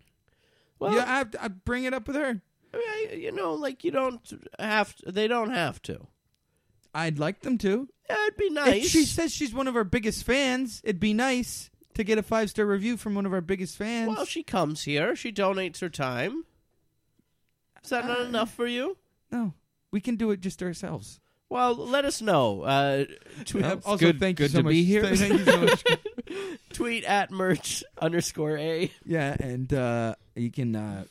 S1: well,
S3: yeah, I, have to- I bring it up with her.
S1: I mean, I- you know, like you don't have. To, they don't have to.
S3: I'd like them to.
S1: Yeah, it'd be
S3: If
S1: nice.
S3: she says she's one of our biggest fans, it'd be nice to get a five star review from one of our biggest fans.
S1: well, she comes here. She donates her time. Is that not
S3: Uh,
S1: enough for you?
S3: no, we can do it just ourselves.
S1: Well, let us know. Uh, tw-
S3: Well,
S4: it's
S2: Oh,
S3: also,
S4: good-
S3: thank you
S4: good
S3: so
S4: to
S3: much.
S4: be here.
S3: Thank you so much.
S1: tweet at merch underscore a.
S3: yeah, and uh, you can uh,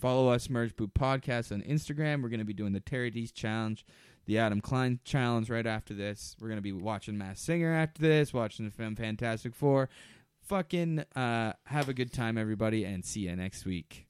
S3: follow us, Merge Boot Podcast, on Instagram. We're going to be doing the Terry D's Challenge, the Adam Klein Challenge right after this. We're going to be watching Mass Singer after this, watching the film Fantastic Four. Fucking uh, have a good time, everybody, and see you next week.